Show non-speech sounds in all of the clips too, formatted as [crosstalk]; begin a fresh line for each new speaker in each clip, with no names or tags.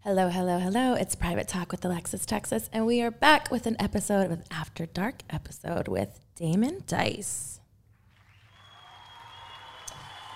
Hello, hello, hello. It's Private Talk with Alexis Texas, and we are back with an episode of After Dark episode with Damon Dice.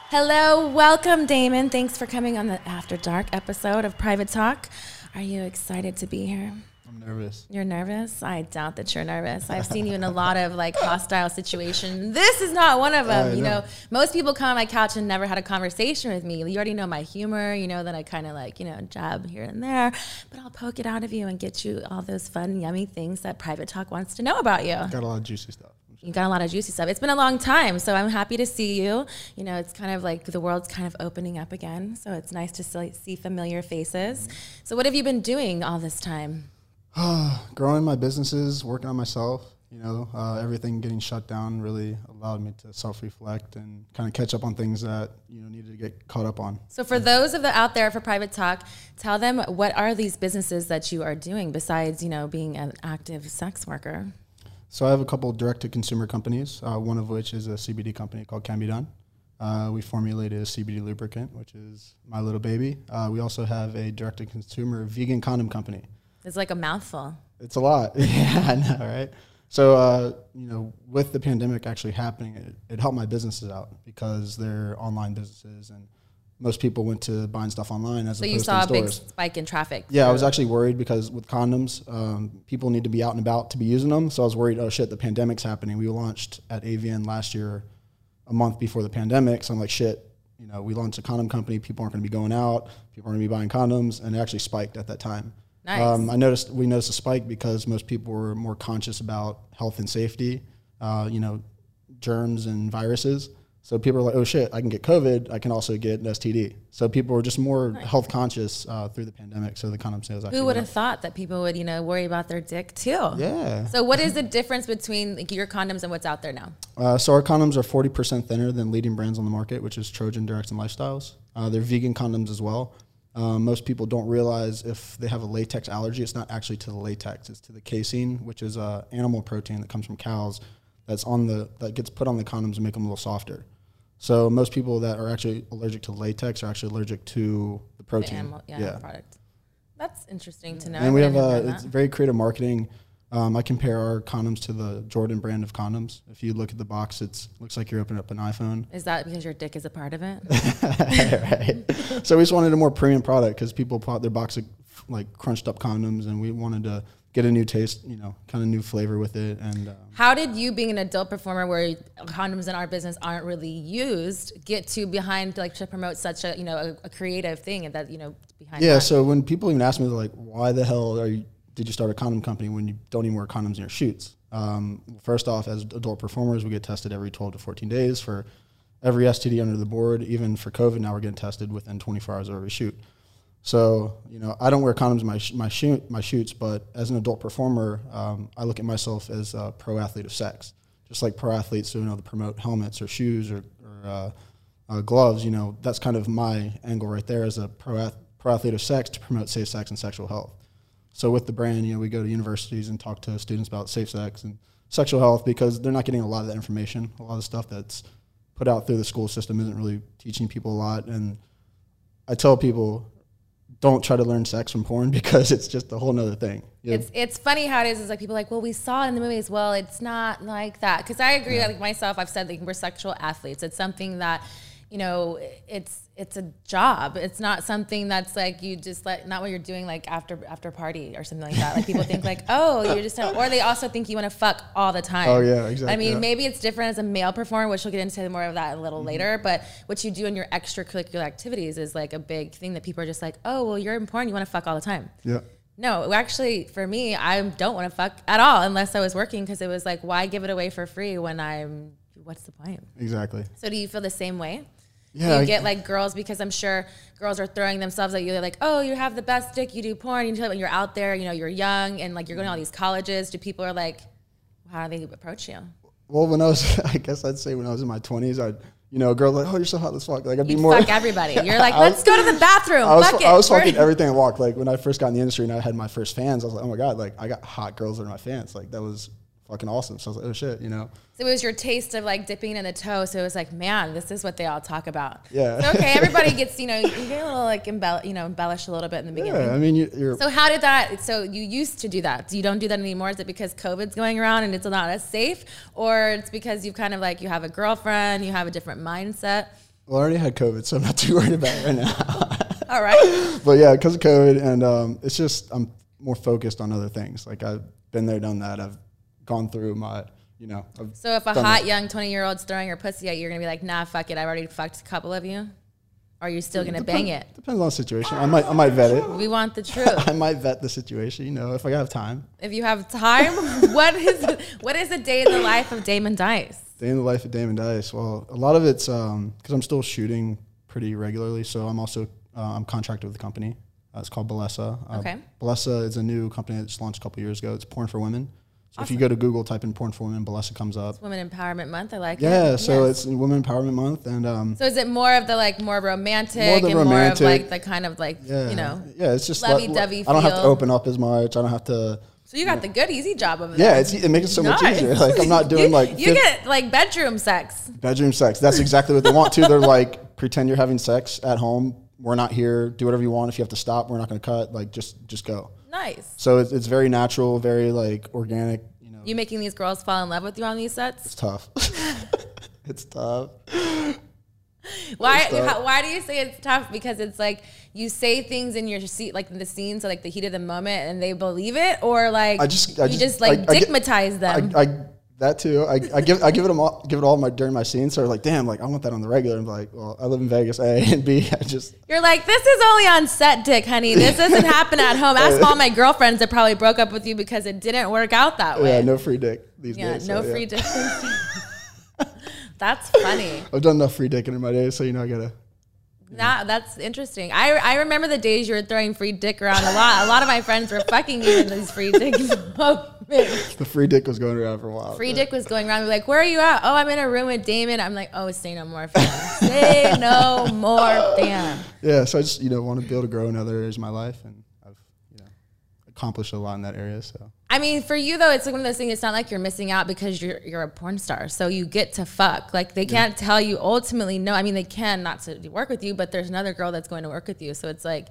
Hello, welcome, Damon. Thanks for coming on the After Dark episode of Private Talk. Are you excited to be here?
I'm nervous.
You're nervous? I doubt that you're nervous. I've seen you in a lot of like hostile situations. This is not one of them.
I
you know,
know.
most people come on my couch and never had a conversation with me. You already know my humor. You know that I kind of like, you know, jab here and there, but I'll poke it out of you and get you all those fun, yummy things that Private Talk wants to know about you.
Got a lot of juicy stuff.
You got a lot of juicy stuff. It's been a long time, so I'm happy to see you. You know, it's kind of like the world's kind of opening up again, so it's nice to see see familiar faces. So, what have you been doing all this time?
Growing my businesses, working on myself, you know, uh, everything getting shut down really allowed me to self reflect and kind of catch up on things that, you know, needed to get caught up on.
So for those of the out there for private talk, tell them what are these businesses that you are doing besides, you know, being an active sex worker?
So I have a couple direct to consumer companies, uh, one of which is a CBD company called Can Be Done. Uh, we formulated a CBD lubricant, which is my little baby. Uh, we also have a direct to consumer vegan condom company.
It's like a mouthful.
It's a lot. [laughs] yeah, I know, right? So, uh, you know, with the pandemic actually happening, it, it helped my businesses out because they're online businesses and most people went to buying stuff online as
So
opposed
you saw a
to in
big
stores.
spike in traffic.
yeah, I was actually worried because with condoms, um, people need to be out and about to be using them. So I was worried, oh shit, the pandemic's happening. We launched at AVN last year, a month before the pandemic. So I'm like, shit, you know, we launched a condom company. People aren't going to be going out. People aren't going to be buying condoms. And it actually spiked at that time.
Nice.
Um, I noticed we noticed a spike because most people were more conscious about health and safety, uh, you know, germs and viruses. So people were like, "Oh shit, I can get COVID. I can also get an STD." So people were just more health conscious uh, through the pandemic. So the condom sales. actually
Who would
went
have thought that people would, you know, worry about their dick too?
Yeah.
So what is the difference between like, your condoms and what's out there now?
Uh, so our condoms are 40% thinner than leading brands on the market, which is Trojan, Direct, and Lifestyles. Uh, they're vegan condoms as well. Um, most people don't realize if they have a latex allergy, it's not actually to the latex; it's to the casein, which is a animal protein that comes from cows that's on the that gets put on the condoms and make them a little softer. So most people that are actually allergic to latex are actually allergic to the
The
protein.
animal yeah, product. That's interesting to know.
And we
I
have
didn't
uh,
know
it's
that.
very creative marketing. Um, I compare our condoms to the Jordan brand of condoms. If you look at the box, it looks like you're opening up an
[laughs]
iPhone. [laughs]
Is that because your dick is a part of it?
right. So we just wanted a more premium product because people bought their box of like crunched up condoms, and we wanted to get a new taste, you know, kind of new flavor with it. And um,
How did you, being an adult performer, where condoms in our business aren't really used, get to behind like to promote such a you know a, a creative thing and that you know behind?
yeah,
that?
so when people even ask me they're like, why the hell are you? Did you start a condom company when you don't even wear condoms in your shoots? Um, first off, as adult performers, we get tested every 12 to 14 days for every STD under the board. Even for COVID, now we're getting tested within 24 hours of every shoot. So you know, I don't wear condoms in my sh- my shoot my shoots, but as an adult performer, um, I look at myself as a pro athlete of sex, just like pro athletes who know to promote helmets or shoes or, or uh, uh, gloves. You know, that's kind of my angle right there as a pro ath- pro athlete of sex to promote safe sex and sexual health. So with the brand, you know, we go to universities and talk to students about safe sex and sexual health because they're not getting a lot of that information, a lot of stuff that's put out through the school system isn't really teaching people a lot. And I tell people, don't try to learn sex from porn [laughs] because it's just a whole nother thing. You-
It's it's funny how it is. It's like people are like, well, we saw it in the movies. Well, it's not like that because I agree. Like myself, I've said like we're sexual athletes. It's something that, you know, it's it's a job. It's not something that's like you just like not what you're doing like after after party or something like that. Like people think
[laughs]
like, oh, you're just or they also think you want to fuck all the time.
Oh, yeah, exactly,
I mean,
yeah. Mm-hmm.
maybe it's different as a male performer, which we'll get into more of that a little later. But what you do in your extracurricular activities is like a big thing that people are just like, oh, well, you're in porn. You want to fuck all the time.
yeah.
No, actually, for me, I don't want to fuck at all unless I was working because it was like, why give it away for free when I'm, what's the point?
Exactly.
So, do you feel the same way?
Yeah.
you
I-
get like girls because I'm sure girls are throwing themselves at you. They're like, oh, you have the best dick, you do porn, you do it when you're out there, you know, you're young and like you're going to all these colleges. Do people are like, how do they approach you?
well, when I was, [laughs] I guess I'd say when I was in my 20s, I'd, you know, a girl like, oh, you're so hot, let's fuck. Like, I'd be
You
more.
fuck
[laughs]
everybody. You're like,
I was-
let's go to the bathroom.
I was,
fuck it.
I was
We're-
fucking everything I walked. Like when I first got in the industry and I had my first fans, I was like, oh my god, like I got hot girls that are my fans. Like that was fucking awesome. So I was like, oh shit, you know.
So it was your taste of like dipping in the toe. So it was like, man, this is what they all talk about.
Yeah.
So, okay,
[laughs]
everybody gets you know you get a little like embell you know embellish a little bit in the beginning.
Yeah, I mean, you, you're
So how did that? So you used to do that. You don't do that anymore. Is it because COVID's going around and it's not as safe, or it's because you've kind of like you have a girlfriend, you have a different mindset?
well, I already had COVID, so I'm not [laughs] too worried about it right now.
All right.
[coughs] but yeah, because of COVID, and um, it's just I'm more focused on other things. Like I've been there, done that. I've gone through my, you know. I've
So if a
done
hot young twenty year old's throwing her pussy at you, you're gonna be like, nah, fuck it. I've already fucked a couple of you. Or are you still
Mm.
gonna bang it?
it. Depends on the situation. I might, I might
[laughs]
vet it.
We want the
[laughs]
truth.
I might vet the situation, you know, if I have time.
If you have time, [laughs] what is what is a day in the life of Damon Dice?
Day in the life of Damon Dice. Well, a lot of it's because I'm still shooting pretty regularly. So I'm also uh, I'm contracted with a company. Uh, it's called Balesa. Uh,
Okay.
Balesa is a new company that just launched a couple years ago. It's porn for women. So if you go to Google, type in porn for women, Balesa comes up.
Women Empowerment Month. I like it.
Yeah. So
Yes.
it's Women Empowerment Month, and um,
so is it more of the like more romantic
More the
and
romantic-
more of like the kind of like
yeah,
you know?
yeah, it's just like-
lovey-dovey
I don't have to
feel.
open up as much. I don't have to.
So you got the good easy job over there.
Yeah, it's, it makes it so much
Nice.
easier. Like I'm not
[laughs]
doing
you,
like
you
fif-
get like bedroom sex.
Bedroom sex. That's exactly what they want to. They're like, pretend you're having sex at home. We're not here. Do whatever you want. If you have to stop, we're not going to cut. Like, just just go.
Nice.
So it's, it's very natural, very like organic. You know,
You making these girls fall in love with you on these sets?
it's tough. [laughs] it's tough.
Why?
tough.
how- why do you say it's tough? Because it's like you say things in your seat, like in the scene, so like the heat of the moment, and they believe it, or like
I just I
you just, like
I- I get-
digmatize them.
I, I that too. I, I give I give it 'em all give it all my during my scenes. So they're like, damn, like I want that on the regular. I'm like, well, I live in Vegas, A and B. I just
You're like, this is only on set, Dick, honey. This
[laughs]
doesn't happen at home. Ask all my girlfriends that probably broke up with you because it didn't work out that
yeah,
way.
no free dick these
Yeah,
days.
no
so, yeah. [laughs]
free dick. that's funny.
I've done enough free dicking in my day, so you know I gotta.
That, that's interesting. I, I remember the days you were throwing free dick around a lot. A lot of my friends were fucking you in these free dick [laughs] moments.
The free dick was going around for a while.
Free dick was going around. We're like, where are you at? Oh, I'm in a room with Damon. I'm like, oh, say no more, fam. Say no more, fam.
yeah, so I just you know want to be able to grow in other areas of my life, and I've you know accomplished a lot in that area. So
I mean, for you though, it's like one of those things. It's not like you're missing out because you're you're a porn star, so you get to fuck. Like they can't tell you ultimately no. I mean, they can not to work with you, but there's another girl that's going to work with you. So it's like,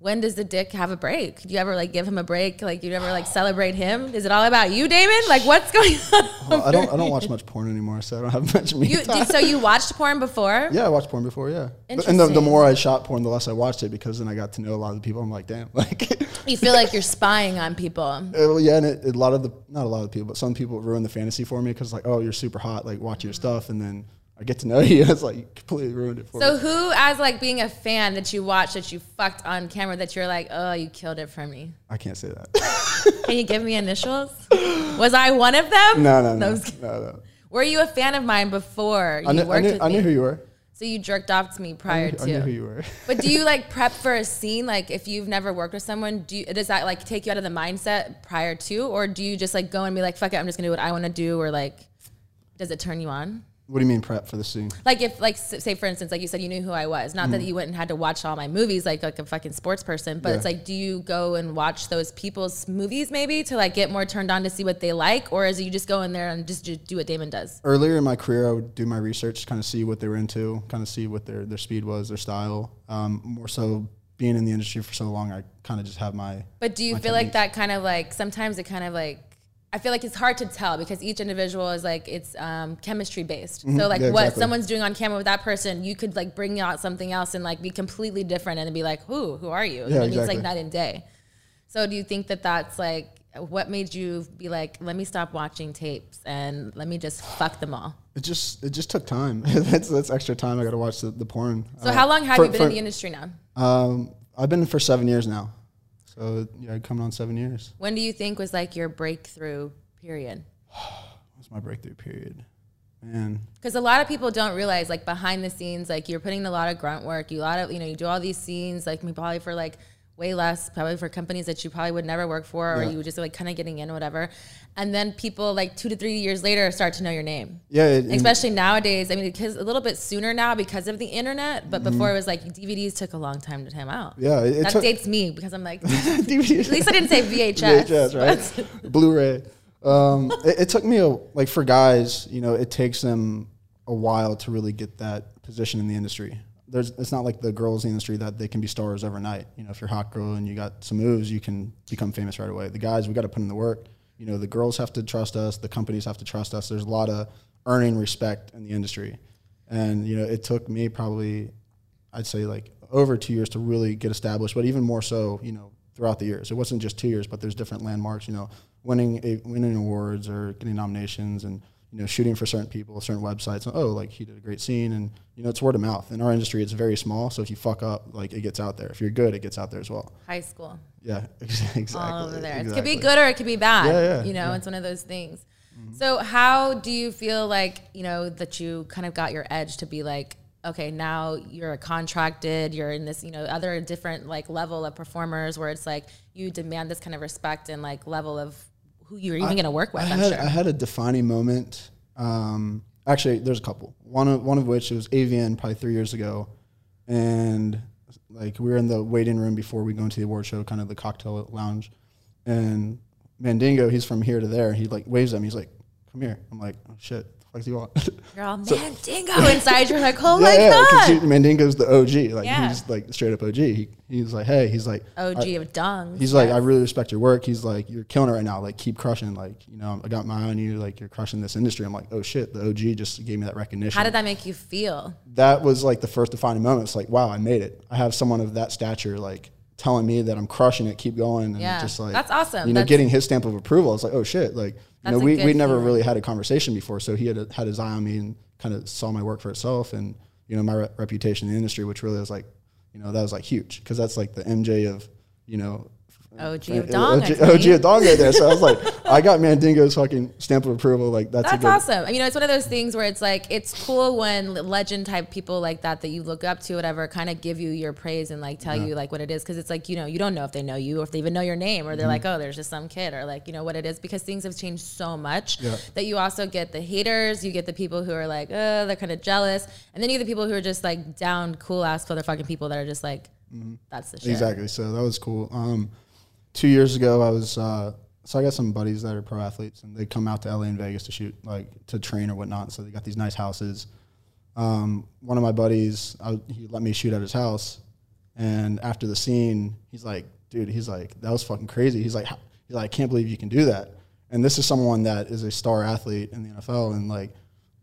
when does the dick have a break? Do you ever like give him a break? Like you never like celebrate him? Is it all about you, Damon? Like what's going [laughs] on?
well, I don't I don't watch much porn anymore, so I don't have [laughs] much me
You,
time.
did, so you watched porn before?
yeah, I watched porn before. Yeah, But- and the, the
Interesting.
more I shot porn, the less I watched it because then I got to know a lot of the people. I'm like, damn, [laughs] like,
You feel like you're spying on people.
well, yeah, and it, a lot of the not a lot of people, but some people ruin the fantasy for me because like, oh, you're super hot, like watch your
Mm-hmm.
stuff, and then I get to know [laughs] you. It's like you completely ruined it for me.
So who, as like being a fan that you watched that you fucked on camera that you're like, oh, you killed it for me.
I can't say that. [laughs]
Can you give me initials? Was I one of them?
no, no, no,
I'm
no,
just kidding.
no.
Were you a fan of mine before you
I knew, I,
worked
knew,
with
I
me?
knew who you were.
so you jerked off to me prior
I knew
to.
who you were. [laughs]
but do you like prep for a scene? Like if you've never worked with someone, do you, does that like take you out of the mindset prior to, or do you just like go and be like, fuck it, I'm just gonna do what I want to do, or like, does it turn you on?
What do you mean prep for the scene?
Like if, like, s- say for instance, like you said, you knew who I was. Not that you went and had to watch all my movies like like a fucking sports person, but it's like, do you go and watch those people's movies maybe to like get more turned on to see what they like, or is it you just go in there and just, just do what Damon does?
Earlier in my career, I would do my research, kind of see what they were into, kind of see what their, their speed was, their style. Um, more so, being in the industry for so long, I kind of just have my
But do you feel like that kind of like sometimes it kind of like I feel like it's hard to tell because each individual is like it's um, chemistry based. So like
Mhm. yeah,
what
exactly.
someone's doing on camera with that person, you could like bring out something else and like be completely different and be like, who, who are you? you know, what I mean? It's
exactly.
like night and day. So do you think that that's like what made you be like, let me stop watching tapes and let me just fuck them all?
It just it just took time. [laughs] that's that's extra time. I got to watch the, the porn.
So how long have you been in the industry now?
Um, I've been for seven years now, so yeah, coming on seven years.
When do you think was like your breakthrough period?
That's my breakthrough period, man.
Because a lot of people don't realize, like behind the scenes, like you're putting in a lot of grunt work. You a lot of you know you do all these scenes, like maybe probably for like way less, probably for companies that you probably would never work for, or
Yeah.
you were just like kind of getting in, whatever. And then people like two to three years later start to know your name.
Yeah, it, and-
Especially nowadays, I mean, because a little bit sooner now because of the internet, but before it was like DVDs took a long time to time out.
Mm-hmm. yeah. It, it
that
took [laughs]
dates me because I'm like, at
DVD.
least I didn't say
VHS, right? [laughs] Blu-ray. Um, it, it took me a, like for guys, you know, it takes them a while to really get that position in the industry. There's, it's not like the girls in the industry that they can be stars overnight. You know, if you're a hot girl and you got some moves, you can become famous right away. The guys, we got to put in the work. You know, the girls have to trust us. The companies have to trust us. There's a lot of earning respect in the industry, and you know, it took me probably I'd say like over two years to really get established, but even more so, you know, throughout the years. It wasn't just two years, but there's different landmarks, you know, winning a, winning awards or getting nominations and you know shooting for certain people, certain websites. Oh, like he did a great scene, and you know it's word of mouth. In our industry, it's very small, so if you fuck up, like it gets out there. If you're good, it gets out there as well.
high school.
Yeah, [laughs] exactly.
all over there. It could
exactly.
be good or it could be bad.
Yeah, Mm-hmm. yeah,
you know, it's one of those things. So how do you feel like, you know, that you kind of got your edge to be like, okay, now you're contracted, you're in this, you know, other different like level of performers where it's like you demand this kind of respect and like level of who you're even going to work with,
I
I'm
had,
sure.
I had a defining moment. Um, actually, there's a couple. One of one of which was AVN probably three years ago, and like we were in the waiting room before we go into the award show, kind of the cocktail lounge, and Mandingo, he's from here to there. He like waves at me. He's like, "Come here." I'm like, "Oh shit, the fuck do you want?" [laughs]
you're all mandingo inside. You're like, oh my
yeah, yeah,
God.
'cause he- Mandingo's the OG. Like
Yeah.
he's like straight up OG. He, he's like, "Hey," he's like,
OG of dung.
He's like, I really respect your work. He's like, you're killing it right now. Like, keep crushing. Like, you know, I got my eye on you. Like, you're crushing this industry. I'm like, oh shit, the OG just gave me that recognition.
How did that make you feel?
that was like the first defining moment. It's like, wow, I made it. I have someone of that stature, like telling me that I'm crushing it, keep going. And
Yeah.
just like,
That's awesome.
You know,
That's-
getting his stamp of approval. It's like, oh shit. Like, you know,
a
we,
good
we never
feeling.
really had a conversation before. So he had had his eye on me and kind of saw my work for itself and, you know, my re- reputation in the industry, which really was like, you know, that was like huge because that's like the MJ of, you know,
OG
uh,
of dung. I
OG,
tell
OG
you.
of Dong right there. So I
[laughs]
was like, I got Mandingo's fucking stamp of approval. Like that's, a
That's
good,
awesome. I mean, it's one of those things where it's like it's cool when legend type people like that that you look up to, whatever, kind of give you your praise and like tell you like what it is because it's like you know you don't know if they know you or if they even know your name
Mm-hmm.
or they're like oh there's just some kid or like you know what it is because things have changed so much
Yeah.
that you also get the haters, you get the people who are like oh they're kind of jealous, and then you get the people who are just like down cool ass motherfucking people that are just like that's the shit.
Mm-hmm. Exactly. So that was cool. Um, two years ago, I was uh, so I got some buddies that are pro athletes, and they come out to LA and Vegas to shoot, like to train or whatnot. So they got these nice houses. Um, one of my buddies, I, he let me shoot at his house, and after the scene, he's like, "Dude, he's like, that was fucking crazy." He's like, "How- "He's like, I can't believe you can do that." And this is someone that is a star athlete in the NFL, and like,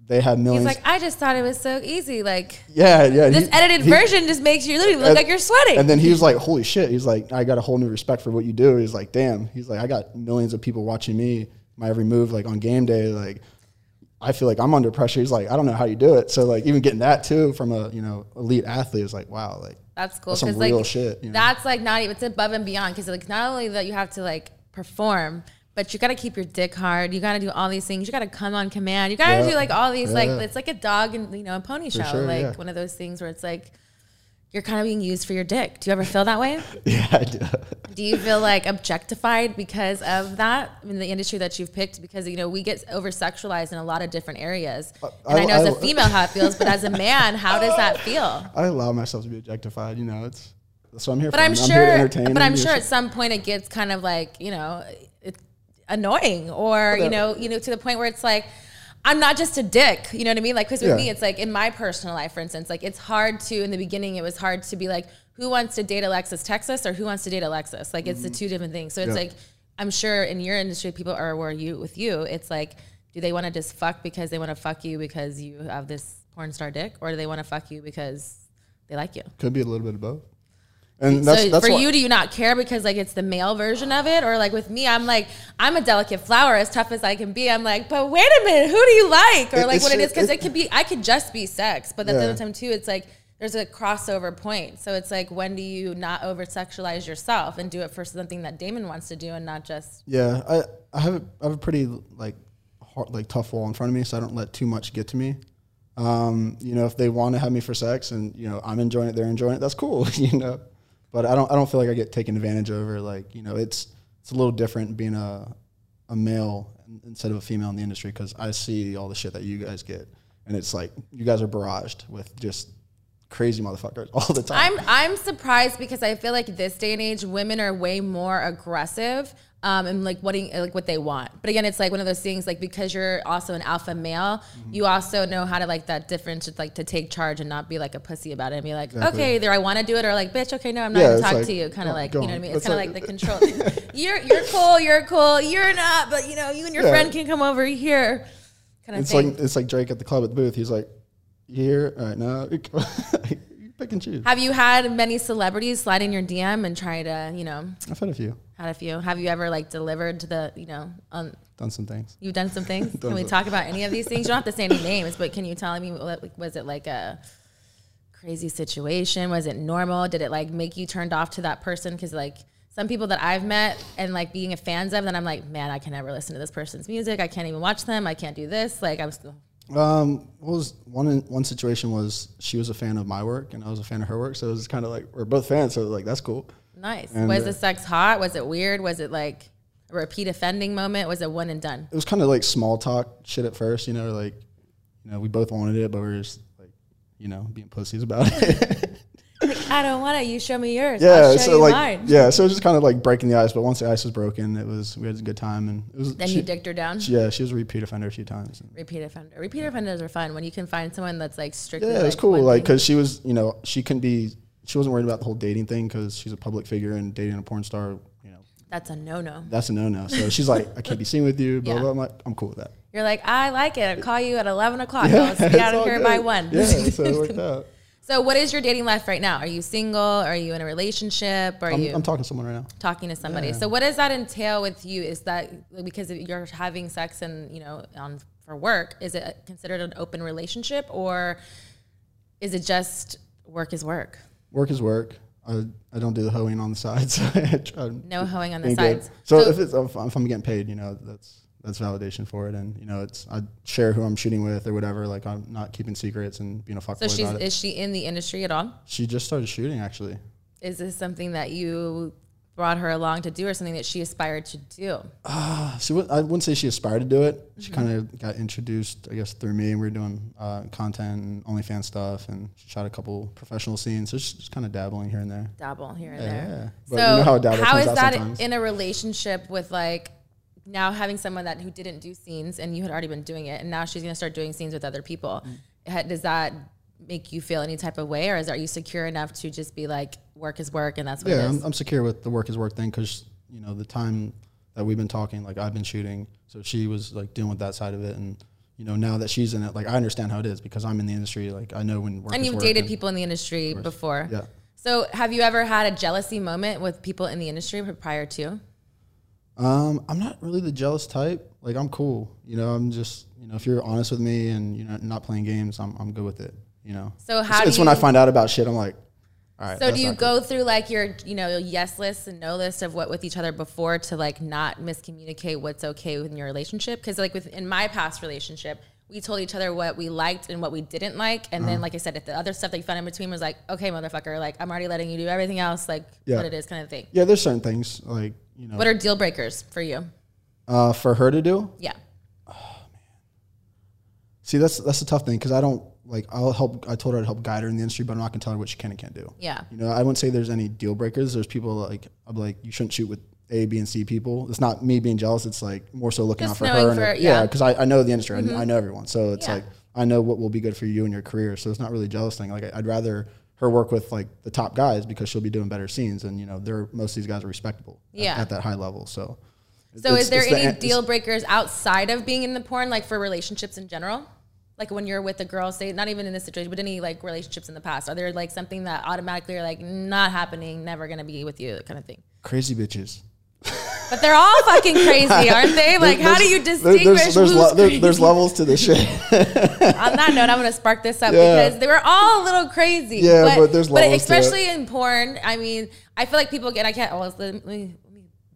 they have
He's
millions.
like I just thought it was so easy like.
yeah, yeah.
This
he-
edited
he-
version just makes you literally look like you're sweating.
and then he was like, "Holy shit!" He's like, "I got a whole new respect for what you do." He's like, "Damn!" He's like, "I got millions of people watching me, my every move, like on game day, like." I feel like I'm under pressure. He's like, I don't know how you do it. So like, even getting that too from a you know elite athlete is like, wow, like [laughs]
That's cool.
That's some
'cause,
real
like,
shit, you know?
That's like not even it's above and beyond because like not only that you have to like perform, but you got to keep your dick hard. You got to do all these things. You got to come on command. You got to
Yeah.
do like all these
Yeah,
like
yeah.
it's like a dog and you know a pony show,
sure,
like
yeah.
one of those things where it's like you're kind of being used for your dick. Do you ever feel that way?
Yeah, I do.
Do you feel like objectified because of that in the industry that you've picked? Because you know we get over sexualized in a lot of different areas, and I,
I-
know as a
I-
female how it feels, but as a man, how does that feel?
I allow myself to be objectified. You know, it's that's what I'm here
But
for.
I'm
I'm here to
sure.
entertain.
But I'm
here
sure
to-
at some point it gets kind of like you know, it's annoying, or you know, you know, to the point where it's like. I'm not just a dick, you know what I mean? Like, because with
Yeah.
me, it's like in my personal life, for instance, like it's hard to, in the beginning, it was hard to be like, who wants to date Alexis Texas or who wants to date Alexis? Like, it's the two different things. So it's
Mm-hmm. Yeah.
like, I'm sure in your industry, people are where you, with you, it's like, do they want to just fuck because they want to fuck you because you have this porn star dick, or do they want to fuck you because they like you?
could be a little bit of both. And that's
so
that's
for
why,
you, do you not care because like it's the male version of it, or like with me, I'm like I'm a delicate flower, as tough as I can be. I'm like, but wait a minute, who do you like, or
It-
like
it's
what it is?
just-
Because it,
it-
could be I could just be sex, but at the
Yeah.
other time too, it's like there's a crossover point. So it's like when do you not over sexualize yourself and do it for something that Damon wants to do and not just
Yeah, I I have a, I have a pretty like hard, like tough wall in front of me, so I don't let too much get to me. Um, you know, if they want to have me for sex, and you know I'm enjoying it, they're enjoying it. That's cool, [laughs] you know. But I don't I don't feel like I get taken advantage of or like you know it's it's a little different being a a male instead of a female in the industry because I see all the shit that you guys get, and it's like you guys are barraged with just crazy motherfuckers [laughs] all the time.
I'm I'm surprised because I feel like this day and age, women are way more aggressive um, and like what do you- like what they want. But again, it's like one of those things like because you're also an alpha male,
Mm-hmm.
you also know how to like that difference. It's like to take charge and not be like a pussy about it and be like, okay, either I want to do it or like, bitch, okay, no, I'm not
Yeah,
gonna
it's
talk
like,
to you. Kind
no,
of like
go
you know what I
on.
mean. It's
It's
kind of like
like-
the
[laughs]
control. you're you're cool, you're cool, you're not, but you know you and your
Yeah.
friend can come over here. Kind of
It's
thing.
like it's like Drake at the club at the booth. He's like, "You here? All right, no, [laughs] you pick and choose."
have you had many celebrities slide in your DM and try to, you know,
I've had a few,
had a few. Have you ever like delivered to the, you know, um,
done some things.
you've done some things? can
[laughs]
we
some-
talk about any of these things? You don't have to say any names, but can you tell me, what- like, was it like a crazy situation? Was it normal? Did it like make you turned off to that person? Cause like some people that I've met and like being a fans of, then I'm like, man, I can never listen to this person's music. I can't even watch them. I can't do this. Like I'm still,
Um, what was one in- one situation was she was a fan of my work and I was a fan of her work, so it was kind of like we're both fans, so like that's cool.
nice.
And,
was
uh,
the sex hot? Was it weird? Was it like a repeat offending moment? Was it one and done?
It was kind of like small talk shit at first, you know, like you know we both wanted it, but we were just like you know being pussies about it.
[laughs] I don't want it. You show me yours.
yeah,
I'll show
so
you
like
mine.
yeah, so it was just kind of like breaking the ice. But once the ice was broken, it was we had a good time and it was.
Then
she,
you dicked her down.
Yeah, she was a repeat offender a few times.
repeat offender. Repeat offenders are fun when you can find someone that's like strictly.
Yeah,
like
it was cool.
one
Like,
thing.
cause she was, you know, she couldn't be, she wasn't worried about the whole dating thing because she's a public figure and dating a porn star, you know,
that's a no no.
that's a no no. So she's like, I can't be seen with you. Blah,
Yeah.
blah. I'm like, I'm cool
[laughs]
with that.
You're like, I like it. I'll call you at eleven o'clock. I'll be out
It's
of
all
here by
good.
one.
Yeah, so it worked out.
[laughs] so, what is your dating life right now? Are you single? Are you in a relationship? Are
I'm,
you
I'm talking to someone right now.
talking to somebody? So, what does that entail with you? Is that because if you're having sex and you know on for work? Is it considered an open relationship or is it just work is work?
Work is work. I, I don't do the hoeing on the side, so [laughs] I try to
No hoeing on the
be good.
sides.
So, if it's if I'm, if I'm getting paid, you know, that's that's validation for it, and you know, it's I share who I'm shooting with or whatever. Like I'm not keeping secrets and being a fuckboy
So she's
about it.
is she in the industry at all?
She just started shooting actually.
Is this something that you brought her along to do, or something that she aspired to do?
She wa- I wouldn't say she aspired to do it. She
Mm-hmm.
kind of got introduced, I guess, through me. We were doing uh, content and OnlyFans stuff, and she shot a couple professional scenes. So she's just kind of dabbling here and there.
Dabble here and there.
Yeah, but
so
you know how a dabbler
how
comes
is
out
that
sometimes.
in a relationship with like now having someone that who didn't do scenes and you had already been doing it, and now she's gonna start doing scenes with other people?
Mm.
Ha- Does that make you feel any type of way, or is are you secure enough to just be like work is work and that's what
yeah,
it is?
I'm, I'm secure with the work is work thing because you know the time that we've been talking, like I've been shooting, so she was like dealing with that side of it, and you know now that she's in it, like I understand how it is because I'm in the industry. Like I know when work
and
is
you've
work
dated
and-
people in the industry before.
Yeah.
So have you ever had a jealousy moment with people in the industry prior to?
Um, I'm not really the jealous type. Like I'm cool. You know, I'm just you know if you're honest with me and you're not, not playing games, I'm I'm good with it. You know.
So
It's-
how
it's,
do
when I
you-
find out about shit, I'm like, all right.
So
that's
do you
not
go through like your you know your yes list and no list of what with each other before to like not miscommunicate what's okay within your relationship? Because like with in my past relationship, we told each other what we liked and what we didn't like. And
Mm-hmm.
then, like I said, if the other stuff that you found in between was like, okay, motherfucker, like I'm already letting you do everything else, like
Yeah.
what it is kind of thing.
Yeah, there's certain things like you know
What are deal breakers for you?
uh, for her to do.
Yeah.
See, that's that's the tough thing because I don't like I'll help. I told her I'd help guide her in the industry, but I'm not gonna tell her what she can and can't do.
Yeah.
You know, I wouldn't say there's any deal breakers. There's people like I'm like you shouldn't shoot with A, B, and C people. It's not me being jealous. It's like more so looking
Just
out for
knowing
her. and
for-
her-
yeah. Mm-hmm.
yeah, because I, I know the industry. I- I, know everyone. So it's
Yeah.
like I know what will be good for you and your career. So it's not really a jealous thing. Like I, I'd rather her work with like the top guys because she'll be doing better scenes, and you know, they're most of these guys are respectable. at-
Yeah.
At, that high level, so.
So
it's-
is there
it's the
any
an- it's-
deal breakers outside of being in the porn, like for relationships in general? Like when you're with a girl, say not even in this situation, but any like relationships in the past, are there like something that automatically are like not happening, never gonna be with you, that kind of thing?
Crazy bitches.
But they're all fucking crazy,
[laughs]
aren't they? Like, how do you
There's-
distinguish?
There's, there's,
who's
le- there-
crazy?
there's levels to this shit.
On that note, I'm gonna spark this up
Yeah.
because they were all a little crazy.
Yeah, but there's levels to it.
especially in porn. I mean, I feel like people get. I can't. Well, let me, let me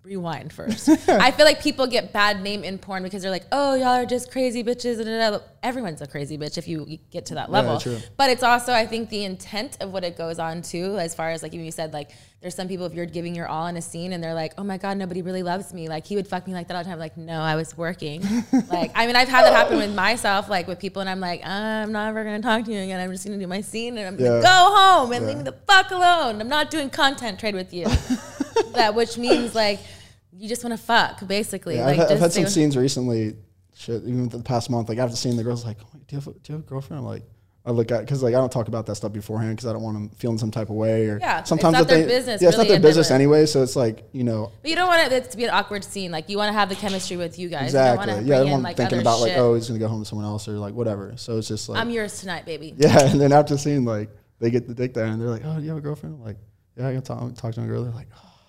rewind
[laughs]
first. I feel like people get bad name in porn because they're like, oh, y'all are just crazy bitches. And everyone's a crazy bitch if you get to that level.
true.
But it's also, I think, the intent of what it goes on to, as far as like even you said, like there's some people if you're giving your all in a scene and they're like, oh my god, nobody really loves me. Like he would fuck me like that all the time. Like no, I was
[laughs]
working. like I mean, I've had that happen with myself, like with people, and I'm like, I'm never gonna talk to you again. I'm just gonna do my scene and I'm gonna
Yeah.
go home and leave me the fuck alone. I'm not doing content trade with
[laughs]
you. that which means like. You just want to fuck, basically.
Yeah,
like,
I've, had- I've
just
had
say
some
what-
scenes recently, shit, even within the past month. Like after seeing the girls, like, Wait, do you have a, do you have a girlfriend? I'm like, I look at because like I don't talk about that stuff beforehand because I don't want them feeling some type of way or
Yeah, it's
Sometimes
not
if
their
they-
business,
Yeah, it's
really,
not their
and they
business
would-
anyway. So it's like you know
But you don't want it to be an awkward scene. Like you want to have the chemistry with you guys.
exactly.
You don't want to
yeah,
bring
I don't
in
want them
like
thinking
other
about
shit.
like oh he's gonna go home to someone else or like whatever. So it's just like
I'm yours tonight, baby.
yeah, [laughs] and then after seeing like they get the dick there and they're like oh do you have a girlfriend? I'm like yeah, I can talk, talk to a girl. They're like "Oh, [laughs]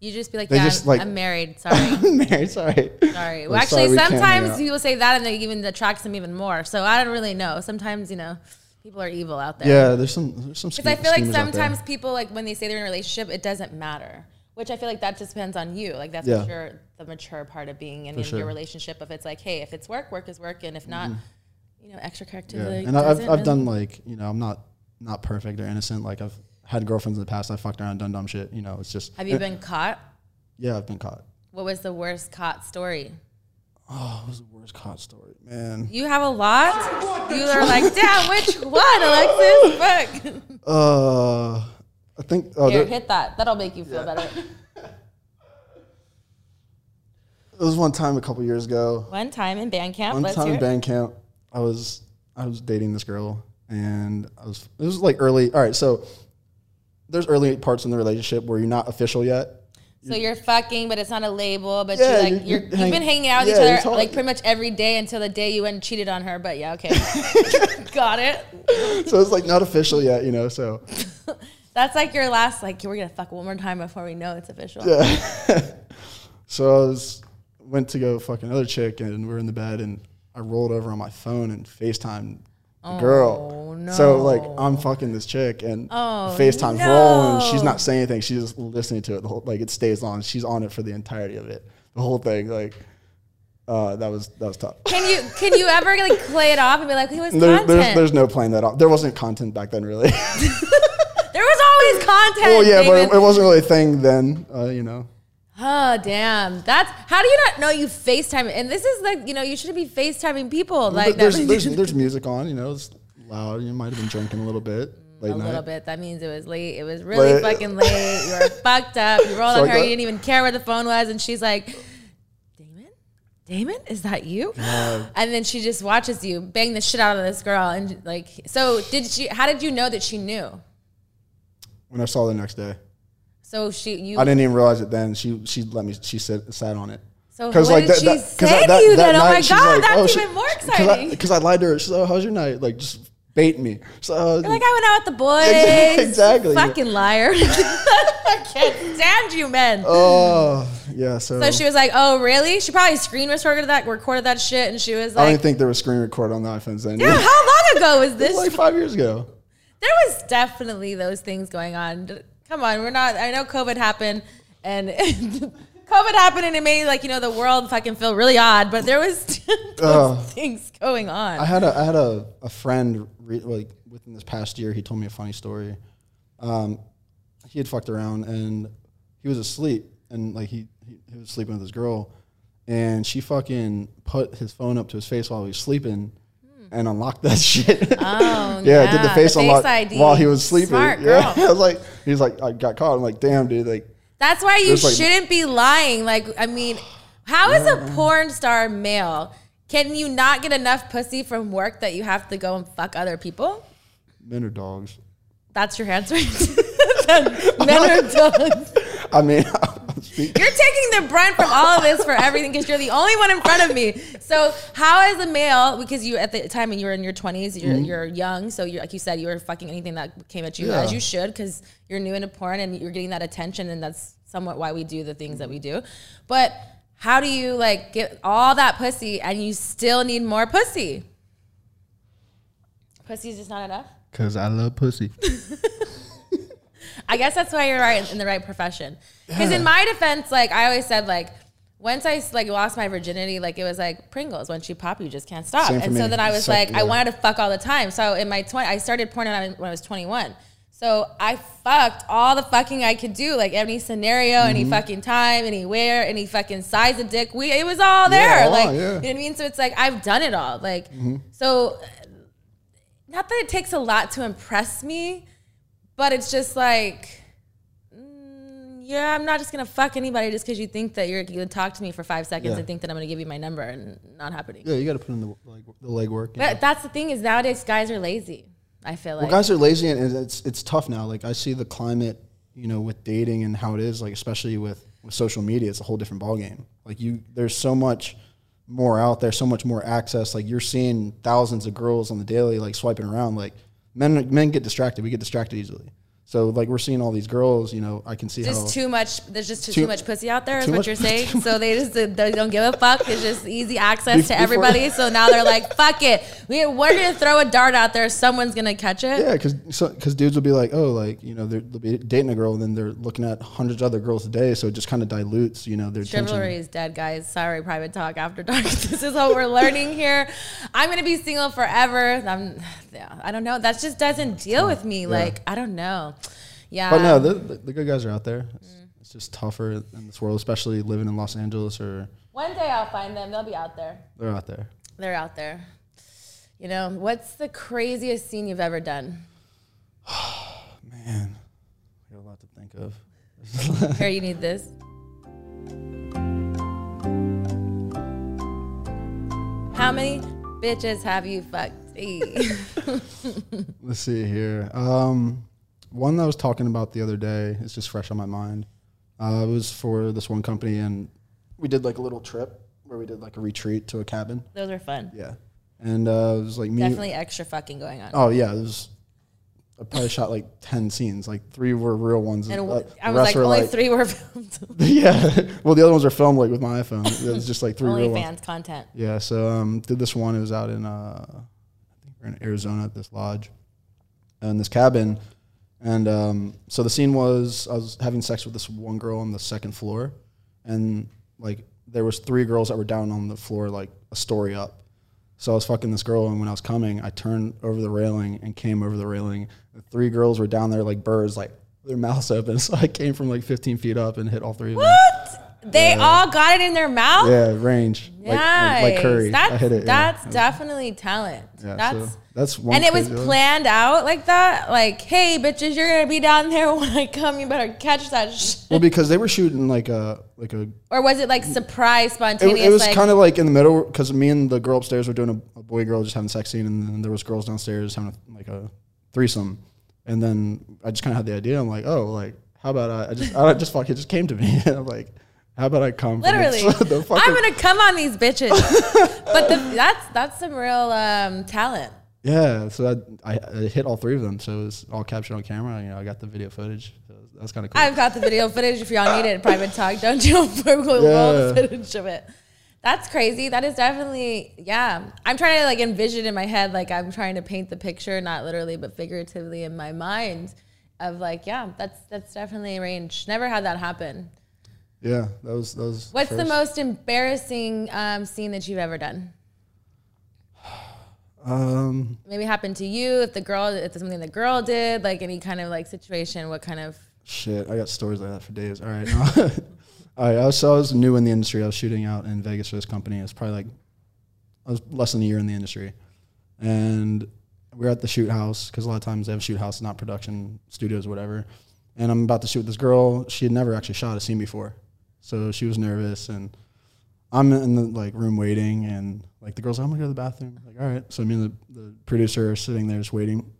You just be like,
They
yeah,
just,
I'm,
like-
I'm married.
[laughs]
Sorry.
oh, married, sorry.
Sorry.
Like,
Well, actually,
"Sorry, we can't hang
sometimes
out."
people say that and it even attracts them even more. So I don't really know. Sometimes, you know, people are evil out there.
Yeah, there's some there's some.
Because I
scheme-
feel like
schemers out there.
sometimes people, like when they say they're in a relationship, it doesn't matter. Which I feel like that just depends on you. Like that's
Yeah.
for sure the mature part of being in, in
sure.
your relationship. If it's like, hey, if it's work, work is work. And if not, you know, extra
Mm-hmm. Yeah,
character.
and I- I've I've done like you know I'm not not perfect or innocent. Like I've had girlfriends in the past. I fucked around, done dumb shit. You know, it's just
Have you been caught?
yeah. I've been caught.
What was the worst caught story?
Oh, it was the worst caught story, man.
You have a lot. You are like, damn, which one,
[laughs]
Alexis? Fuck.
Uh, I think oh,
Here,
there,
hit that. That'll make you feel better.
there was one time a couple years ago.
[laughs] One time in band camp.
One
let's
time
hear
in
it.
band camp, I was I was dating this girl, and I was it was like early. All right, so there's early parts in the relationship where you're not official yet. [laughs]
so you're fucking, but it's not a label. But
Yeah,
you
you-
like you're,
you
you've
hang-
been hanging out with
yeah, you're
each other
talking-
like pretty much every day until the day you went and cheated on her. But
[laughs]
yeah, okay, [laughs] got it.
so it's like not official yet, you know. So
That's like your last like we're gonna fuck one more time before we know it's official.
So I was went to go fuck another chick, and we were in the bed, and I rolled over on my phone and FaceTime the girl.
Oh,
So like I'm fucking this chick, and FaceTime roll, and she's not saying anything. She's just listening to it. The whole, like it stays on. She's on it for the entirety of it, the whole thing. Like uh, that was that was tough.
Can you can you ever like play it off and be like it was
There,
content?
there's there's no playing that off. There wasn't content back then, really. [laughs]
there was always content.
well, Oh, yeah, but
David.
it, it wasn't really a thing then. Uh, you know.
Oh damn! That's how do you not know you FaceTime? And this is like you know you shouldn't be FaceTiming people like
But there's,
that. [laughs]
there's there's music on. You know, it's loud. You might have been drinking a little bit late
a
night.
little bit. That means it was late. It was really
Late.
fucking late. You
[laughs]
were fucked up. You rolled on
Fucked
her. You
up.
didn't even care where the phone was, and she's like, "Damon, Damon, is that you?" And then she just watches you bang the shit out of this girl, and like, so did she? How did you know that she knew?
when I saw her the next day.
So she, you,
I didn't even realize it then. She she let me. She said sat on it.
So what did she say
'cause
to you then? Oh my
she's
God, that's
she-
even more
[laughs] 'cause I-
exciting.
Cause I, lied to her. She's like, oh, "How's your night?" Like just bait me. oh, So
You're like I went out with the boys.
[laughs] Exactly.
Fucking liar. [laughs] I can't stand you, men.
oh yeah. So,
So she was like, "Oh, really?" She probably screen recorded that, recorded that shit, and she was
I don't
like,
even think there was screen record on the iPhones then.
"Dude,
it
how long ago was
was
this?"
[laughs] like five years ago.
there was definitely those things going on. D- Come on, we're not. I know COVID happened, and [laughs] COVID happened and it made like you know the world fucking feel really odd, but there was [laughs] still
Uh-huh.
those things going on.
I had a I had a, a friend re, like within this past year. He told me a funny story. Um, he had fucked around and he was asleep and like he, he he was sleeping with his girl, and she fucking put his phone up to his face while he was sleeping. And unlocked that [laughs] shit.
Hmm. Oh,
[laughs] yeah, did the
yeah,
face
the
unlock
Face ID.
while he was sleeping.
Smart
[laughs] yeah,
girl.
I was like, he's like, I got caught. I'm like, damn, dude, like,
That's why you
There's, like-
shouldn't be lying. Like, I mean, how is a porn star male? Can you not get enough pussy from work that you have to go and fuck other people?
men are dogs.
That's your answer. [laughs]
[laughs]
Men are dogs.
I mean, [laughs] I'm speaking.
You're taking the brunt from all of this for everything because you're the only one in front of me. So how as a male, because you at the time when you were in your 20s, you're you're young, so you're like you said, you were fucking anything that came at you
Yeah.
as you should because you're new into porn and you're getting that attention, and that's somewhat why we do the things that we do. But how do you like get all that pussy and you still need more pussy? Pussy's just not enough.
Cause I love pussy.
I guess that's why you're right in the right profession. Because in my defense, like I always said, like once I like lost my virginity, like it was like Pringles. Once you pop, you just can't stop.
Same for
and so
me.
then I was
So-
like,
yeah.
I wanted to fuck all the time. So in my twenty, I started porn when I was- when I was 21. So I fucked all the fucking I could do, like any scenario,
Mm-hmm.
any fucking time, anywhere, any fucking size of dick. We it was all there,
all,
like
yeah. Mm-hmm.
you know what I mean. So it's like I've done it all, like so. Not that it takes a lot to impress me, but it's just like mm, yeah, I'm not just gonna fuck anybody just because you think that you're gonna talk to me for five seconds
Yeah.
and think that I'm gonna give you my number and not happening.
Yeah, you got to put in the like the legwork. you know?
But that's the thing is nowadays guys are lazy. I feel like
Well, guys are lazy, and it's it's tough now. Like I see the climate, you know, with dating and how it is. Like especially with with social media, it's a whole different ballgame. Like you, there's so much more out there, so much more access. Like you're seeing thousands of girls on the daily, like swiping around. Like men, men get distracted. We get distracted easily. So like we're seeing all these girls. You know, I can see how
just too much. There's just too,
Too-
too much pussy out there. Is
too
what
much-
you're saying. so they just they don't give
[laughs]
a fuck. It's just easy access
Bef-
to everybody. So now they're like, fuck it. We we're gonna throw a dart out there. Someone's gonna catch it.
Yeah, because dudes will be like, oh, like you know, they're, they'll be dating a girl, and then they're looking at hundreds of other girls a day, so it just kind of dilutes, you know, their
Chivalry
attention.
is dead, guys. Sorry, private talk after dark. [laughs] This is what we're learning here. I'm gonna be single forever. I'm, yeah, I don't know. That just doesn't deal with me. Like I don't know. Yeah.
But no, the, the, the good guys are out there. It's,
Mm.
it's just tougher in this world, especially living in Los Angeles, or
One day I'll find them. They'll be out there.
they're out there.
They're out there. You know, what's the craziest scene you've ever
[laughs]
done?
Man, I got a lot to think of.
Here, you need this. How many bitches have you fucked?
[laughs]
Hey.
Let's see here. Um, one that I was talking about the other day is just fresh on my mind. Uh, it was for this one company, and we did like a little trip where we did like a retreat to a cabin.
Those are fun.
Yeah, and uh, it was like me.
Definitely extra fucking going on.
Oh yeah, it was. I probably shot like ten scenes. Like three were real ones,
And
uh,
w- I
the
was like,
rest were
only three were [laughs] filmed.
[laughs] yeah. Well, the other ones are filmed like with my iPhone. It was
[laughs]
just like three
only
real ones.
fans content.
Yeah. So um, did this one. It was out in uh, I think we're in Arizona at this lodge, uh, in this cabin, and um, so the scene was I was having sex with this one girl on the second floor, and like there was three girls that were down on the floor like a story up. So I was fucking this girl, and when I was coming, I turned over the railing and came over the railing. The three girls were down there like birds, like their [laughs] mouths open. So I came from like 15 feet up and hit all three of them.
What? They all got it in their mouth?
Yeah, range. Like-
Nice.
Like, like Curry.
That's,
I hit it. yeah.
that's definitely talent.
Yeah,
that's
so that's one.
and it was
crazy one.
planned out like that. Like, hey, bitches, you're gonna be down there [laughs] when I come. You better catch that. Sh-.
Well, because they were shooting like a like a.
Or was it like surprise,
It,
spontaneous?
it was
like,
kind of like [laughs] in the middle because me and the girl upstairs were doing a, a boy girl just having sex scene, and then there was girls downstairs having a, like a threesome, and then I just kind of had the idea. I'm like, oh, like how about I, I just I just fuck it just came to me, [laughs] and I'm like, how about I come? from
literally.
the- [laughs] the fucking-
I'm gonna come on these
[laughs]
bitches. but the, that's that's some real um, talent.
yeah. So I, I I hit all three of them, so it was all captured on camera. You know, I got the video footage. So that's kind of cool.
I've got the video footage if y'all need it. Private talk, don't you? [laughs] We're going to roll the
Yeah.
footage of it. That's crazy. That is definitely yeah. I'm trying to like envision in my head, like I'm trying to paint the picture, not literally but figuratively in my mind, of like yeah, that's that's definitely arranged. Never had that happen.
Yeah, that was that was.
What's the most
first.
embarrassing um, scene that you've ever done?
[sighs] Um,
Maybe happened to you. If the girl, if it's something the girl did, like any kind of like situation, what kind of?
shit, I got stories like that for days. All right, [laughs] all right. I was, so I was new in the industry. I was shooting out in Vegas for this company. It's probably like I was less than a year in the industry, and we were at the shoot house because a lot of times they have a shoot house, not production studios, whatever. And I'm about to shoot this girl. She had never actually shot a scene before, so she was nervous and. I'm in the like room waiting, and like the girl's like, "I'm gonna go to the bathroom." Like, all right. So me and the, the producer are sitting there just waiting.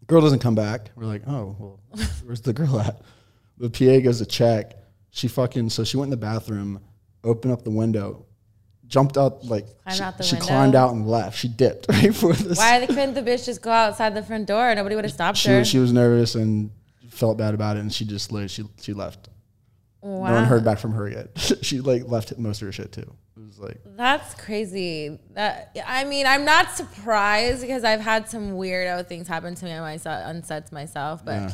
The girl doesn't come back. We're like, "Oh,
[laughs]
well, where's the girl at?" The PA goes to check. She fucking so she went in the bathroom, opened up the window, jumped out like
Climbed
she,
out the
she
window?
climbed out and left. She dipped [laughs] right for this.
Why couldn't the bitch just go outside the front door? Nobody would have stopped
She
her.
was she was nervous and felt bad about it, and she just like she she left.
wow,
No one heard back from her yet. [laughs] she like left most of her shit too. It was like.
that's crazy. That I mean, I'm not surprised because I've had some weirdo things happen to me on my set- on sets myself. But yeah.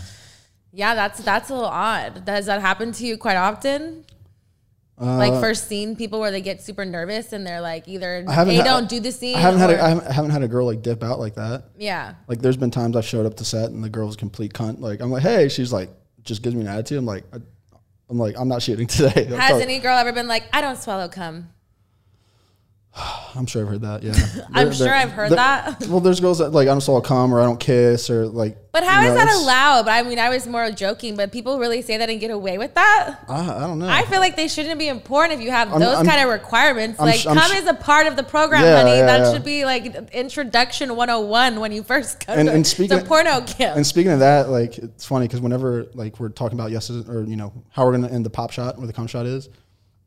Yeah.
that's that's a little odd. Does that happen to you quite often?
Uh,
like first scene people where they get super nervous and they're like either
I haven't
they
had-
don't do the scene.
I haven't had
or-
a, I haven't, I haven't had a girl like dip out like that.
yeah.
Like there's been times I've showed up to set and the girl's a complete cunt. Like I'm like, hey, she's like, just gives me an attitude. I'm like, I, I'm like, I'm not shooting [laughs] today. I'm,
Has
probably-
any girl ever been like, I don't swallow cum?
I'm sure I've heard that. Yeah,
[laughs] I'm
There-
sure
there-
I've heard
there-
that.
Well, there's girls that like I don't swallow cum or I don't kiss or like.
But how
you
is
know,
that
it's-
allowed? But I mean, I was more joking, but people really say that and get away with that?
I, I don't know.
I feel like they shouldn't be important if you have
I'm-
those
I'm-
kind of requirements.
I'm
like,
sh- I'm
cum
sh-
is a part of the program,
Yeah,
honey.
yeah,
that
yeah.
should be like introduction 101 when you first come
And-
to,
and speaking-
to porno camp.
And speaking of that, like it's funny because whenever like we're talking about yes or you know how we're gonna end the pop shot where the cum shot is,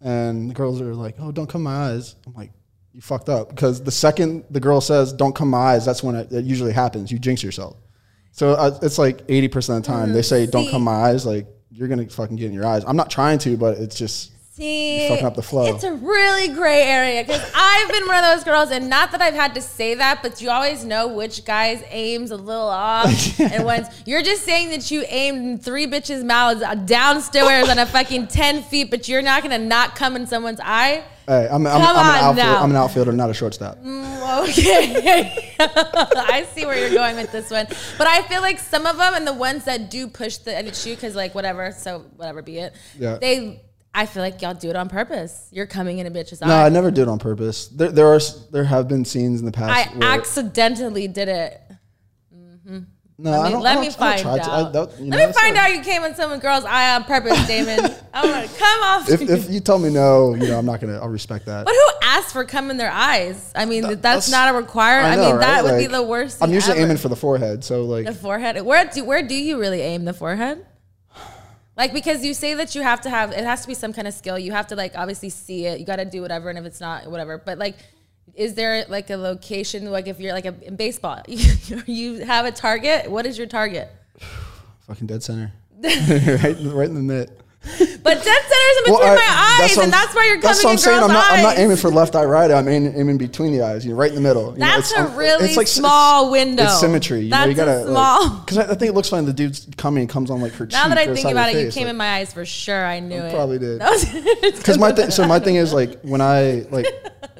and the girls are like, "Oh, don't come my eyes," I'm like, "You fucked up," because the second the girl says, "Don't come my eyes," that's when it, it usually happens. You jinx yourself. So I, it's like eighty percent of the time they say, "Don't
Mm,
come my eyes," like you're gonna fucking get in your eyes. I'm not trying to, but it's just
See,
fucking up the flow.
It's a really gray area because I've been one of those girls, and not that I've had to say that, but you always know which guy's aims a little
[laughs]
off, and once you're just saying that you aimed three bitches' mouths downstairs on a fucking ten feet, but you're not gonna not come in someone's eye.
hey, I'm, I'm,
Come
I'm,
on
an outfielder,
now. Mm.
I'm an outfielder, not a shortstop.
Okay. [laughs] I see where you're going with this one. But I feel like some of them and the ones that do push the edit shoot, because, like, whatever, so whatever be it,
Yeah.
they, I feel like y'all do it on purpose. You're coming in a bitch's
No,
eye.
I never did it on purpose. There, there are s- there have been scenes in the
I
past. where-
accidentally did it.
No,
I
I
mean,
don't,
let
I don't,
me
I
find
don't try to. I-
out.
that- you know,
let me
that's
find
not-
out you came in some girl's eye on purpose, Damon.
[laughs]
I want to come off.
If,
you.
if you tell me no, you know, I'm not gonna. I'll respect that.
but who asked for cum in their eyes? I mean, that's,
that's-
not a requirement. I,
know,
mean, that
right?
would be
Like,
the worst.
I'm
thing
usually
ever.
aiming for the forehead, so like,
the forehead. Where do where do you really aim the forehead? Like because you say that you have to have it has to be some kind of skill. You have to like obviously see it. You got to do whatever, and if it's not, whatever. But like, is there like a location? Like if you're like a, in baseball, [laughs] you, you have a target. What is your target?
fucking
[laughs]
dead center, [laughs] right, in- right in the mitt.
But dead center's in between
I-
my eyes,
what
and
I'm-
that's why you're coming
that's
in
what I'm
girls'
saying. I'm
eyes.
not, I'm not aiming for left eye, right eye. I'm aiming, aiming between the eyes, you know, right in the middle. You know,
That's a
I'm-
really
s-
small window.
It's symmetry. You
That's
know, you gotta,
a small.
Because I, I think it looks fine. The dude's coming and comes on like her cheek.
now that
or
I think
side of
about it,
the
you
face,
came
like-
in my eyes for sure. I knew it. [laughs]
Probably did.
That was-
Because my thing, so my thing is like when I like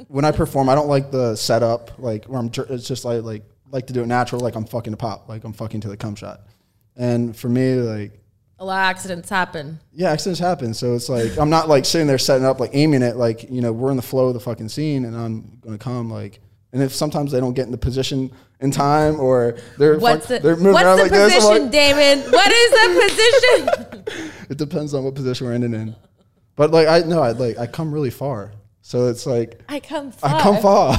when I perform, I don't like the setup. Like where I'm, jer- it's just like like like to do it natural. Like I'm fucking a pop. Like I'm fucking to the cum shot. And for me, like
a lot of accidents happen.
yeah, accidents happen. So it's like I'm not like sitting there setting up, like aiming it. Like you know, we're in the flow of the fucking scene, and I'm gonna come like. And if sometimes they don't get in the position in time, or they're
What's the,
fuck- they're moving
what's
around
the
like this, I'm
position,
like,
Damon? What is the position?
it depends on what position we're ending in. But like I know I like I come really far, so it's like
[laughs] I come far.
I come far.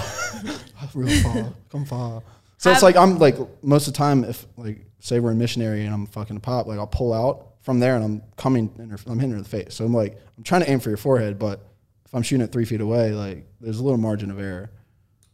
I
[laughs]
real far. [laughs] Come far. So it's like I'm like most of the time if like say we're in missionary and I'm fucking a pop, like I'll pull out from there and I'm coming in her, I'm hitting her in the face. So I'm like I'm trying to aim for your forehead, but if I'm shooting at three feet away, like there's a little margin of error.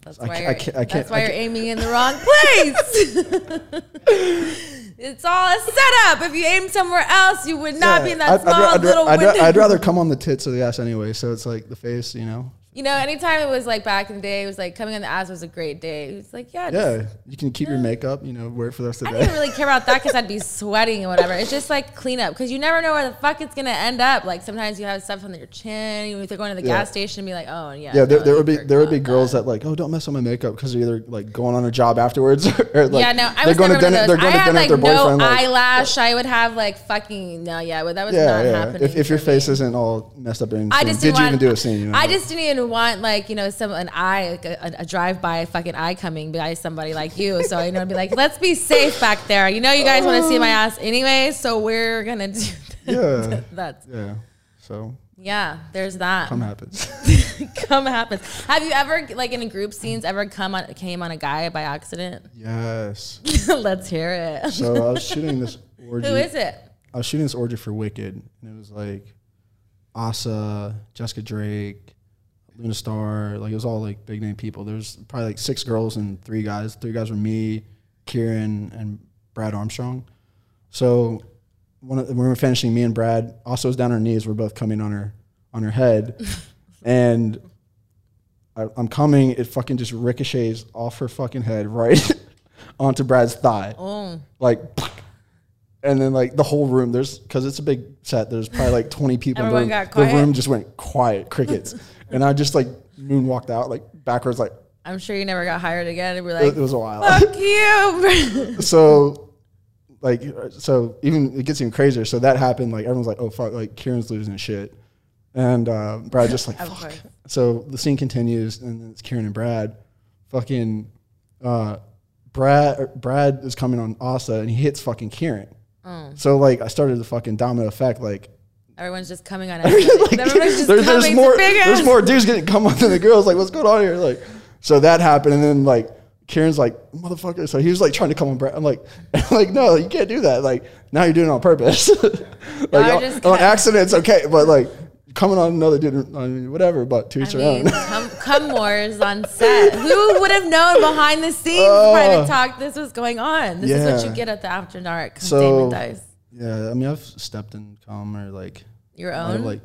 That's
I
why,
ca-
you're,
I ca- I
that's
can't-
why
I
you're
ca-
aiming in the wrong place.
[laughs]
[laughs] it's all a setup. If you aim somewhere else, you would not be in that
I'd- I'd
small
ra- I'd ra-
little
I'd ra-
window.
I'd rather come on the tits or the ass anyway. So it's like the face, you know.
You know, anytime it was like back in the day, it was like coming on the ass was a great day. It was like, yeah, just-
Yeah, you can keep your makeup, you know, wear it for the rest of
I
the
didn't
day.
really care about that because I'd be sweating and whatever. It's just like cleanup because you never know where the fuck it's gonna end up. Like sometimes you have stuff on your chin. You they're going to the
Yeah.
gas station and be like, oh yeah.
Yeah, there,
no,
there
you
would be
jerked
there would
off
be
that.
girls that like, oh, don't mess on my makeup because they're either like going on a job afterwards [laughs] or like
yeah, no, I
they're
was
going to
never one
dinner
of
they're
those. I
going to
had
dinner
like
with their
no
boyfriend. like,
eyelash. I would have like fucking no, yeah, well, that was
yeah,
not
yeah.
happening.
If, if your
for
face
me.
isn't all messed up, during the
I
scene,
just
did
didn't
you
want,
even do a scene? You know?
I just didn't even want like you know some an eye like a, a drive by fucking eye coming by somebody like you. So you know I'd be like, let's be safe back there. You know you guys want to see my ass anyway, so we're gonna do that.
yeah,
[laughs] That's
yeah. So
yeah. There's that. [laughs]
come happens.
Come happens. Have you ever like in a group scenes ever come on came on a guy by accident? [laughs]
yes.
let's hear it. [laughs]
So I was shooting this orgy.
Who is it?
I was shooting this orgy for Wicked, and it was like Asa, Jessica Drake, Luna Star. Like it was all like big name people. There was probably like six girls and three guys. Three guys were me, Kieran, and Brad Armstrong. So one of, when we were finishing, me and Brad also was down on her knees. We're both coming on her on her head, and I, I'm coming. It fucking just ricochets off her fucking head right [laughs] onto Brad's thigh
Oh,
like and then like the whole room there's because it's a big set there's
[laughs]
probably like 20 people in the
Everyone
room.
got quiet.
the room just went quiet
[laughs]
crickets and i just like moonwalked out like backwards like
I'm sure you never got hired again. And we're
it,
like,
it was
[laughs]
a while
fuck you. [laughs]
so like so even it gets even crazier so that happened like everyone's like oh fuck like kieran's losing his shit and uh, brad just like fuck
course.
so the scene continues and then it's kieran and brad fucking uh, brad or brad is coming on asa and he hits fucking kieran so like i started the fucking domino effect like
Everyone's just coming on.
[laughs]
everybody. Everyone's just
there-
coming.
there's more
It's a big
there's
ass.
more dudes getting come up than the girls like what's going on here like so that happened and then like Kieran's like motherfucker so he was like trying to come on Brad I'm like [laughs] like no you can't do that like now you're doing it on purpose [laughs] like
I
on,
just
on
kinda-
accident it's okay but like coming on another dude I mean, whatever but to each
I
their
mean,
own
cum, cum wars on
[laughs]
set. Who would have known behind the scenes, private talk, this was going on? This is what
Oh. Yeah.
you get at the after dark.
So-
Dame and Dice.
yeah I mean I've stepped in cum or like
Your
might have,
own?
like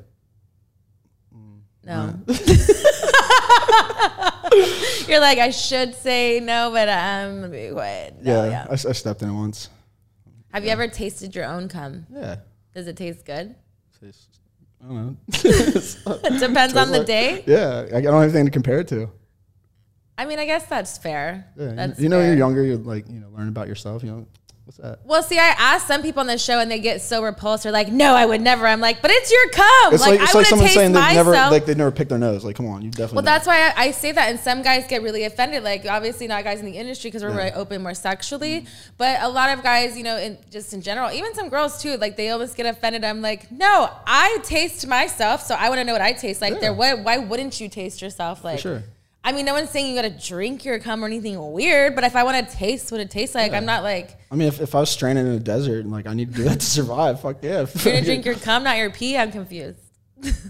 no. [laughs] You're like, I should say no, but um, I'm going to be quiet. No,
yeah,
yeah.
I, I stepped in once
Have you ever tasted your own cum?
yeah
Does it taste good?
[laughs] I don't know
[laughs]
[laughs]
It depends on the
like-
day.
yeah I, I don't have anything to compare it to
I mean, I guess that's fair.
Yeah, you kn-
That's
you know,
fair.
you're younger. You like, you know, learn about yourself. You know, what's that?
Well, see, I asked some people on the show, and they get so repulsed. They're like, "No, I would never." I'm like, "But it's your cum.
It's like,
I
it's like
wouldn't
someone
taste
saying they've
myself."
never, like, they've never picked their nose. Like, come on, you definitely.
well,
know.
that's why I, I say that, and some guys get really offended. Like, obviously, not guys in the industry because we're
Yeah. Mm-hmm.
really open more sexually, but a lot of guys, you know, in, just in general, even some girls too, like they almost get offended. I'm like, no, I taste myself, so I want to know what I taste like.
Yeah.
There, why, why wouldn't you taste yourself? Like,
sure.
I mean, no one's saying you got to drink your cum or anything weird, but if I want to taste what it tastes like, I'm not
[laughs]
like.
I mean, if, if I was stranded in a desert and like I need to do that to survive, fuck yeah.
[laughs] You're gonna drink your cum, not your pee. I'm confused.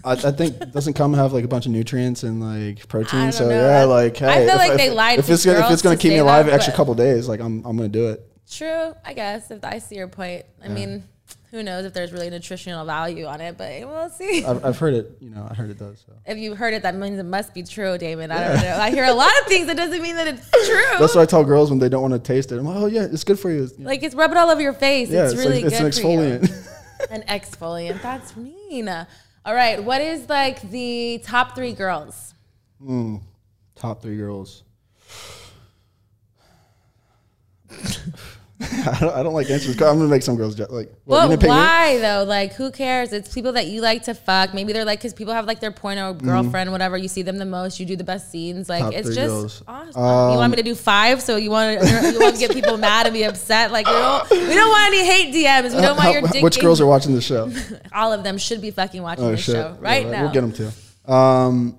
I, I think doesn't come have like a bunch of nutrients and like
I
protein.
don't
So
know.
yeah,
I-
like hey,
I feel
if-
like
if-
they lied
If
to
it's gonna, if
girls
it's gonna
to
keep me
say
alive
that,
an extra
but-
couple days, like I'm I'm gonna do it.
True, I guess. If I see your point, I mean, who knows if there's really nutritional value on it, but we'll see.
I've, I've heard it. You know, I heard it does. So.
if you heard it, that means it must be true, Damon. I don't know. I hear a lot of things. It doesn't mean that it's true.
[laughs] That's what I tell girls when they don't want to taste it. I'm like, oh yeah, it's good for you. It's, you know,
like it's rub it all over your face.
yeah,
it's, really good
like, it's an
for you.
exfoliant. [laughs]
An exfoliant. That's mean. All right. What is like the top three girls?
Top three girls. [sighs] [laughs] I, don't, I don't like answers. 'cause I'm gonna make some girls je- like. What, you
But
gonna pick me?
why though? Like, who cares? It's people that you like to fuck. Maybe they're like, because people have like their porno girlfriend, whatever. You see them the most. You do the best scenes. Like,
Mm-hmm. Top
it's
three
just
girls.
awesome. you want me to do five? So you want to you want to get
[laughs]
people mad and be upset? Like, we don't, we don't want any hate DMs. We don't want
Uh, How-
your dick.
which girls are
getting-
watching
[laughs]
this show?
All of them should be fucking watching this
Oh, shit.
show right
Yeah,
now.
We'll get them too. Um,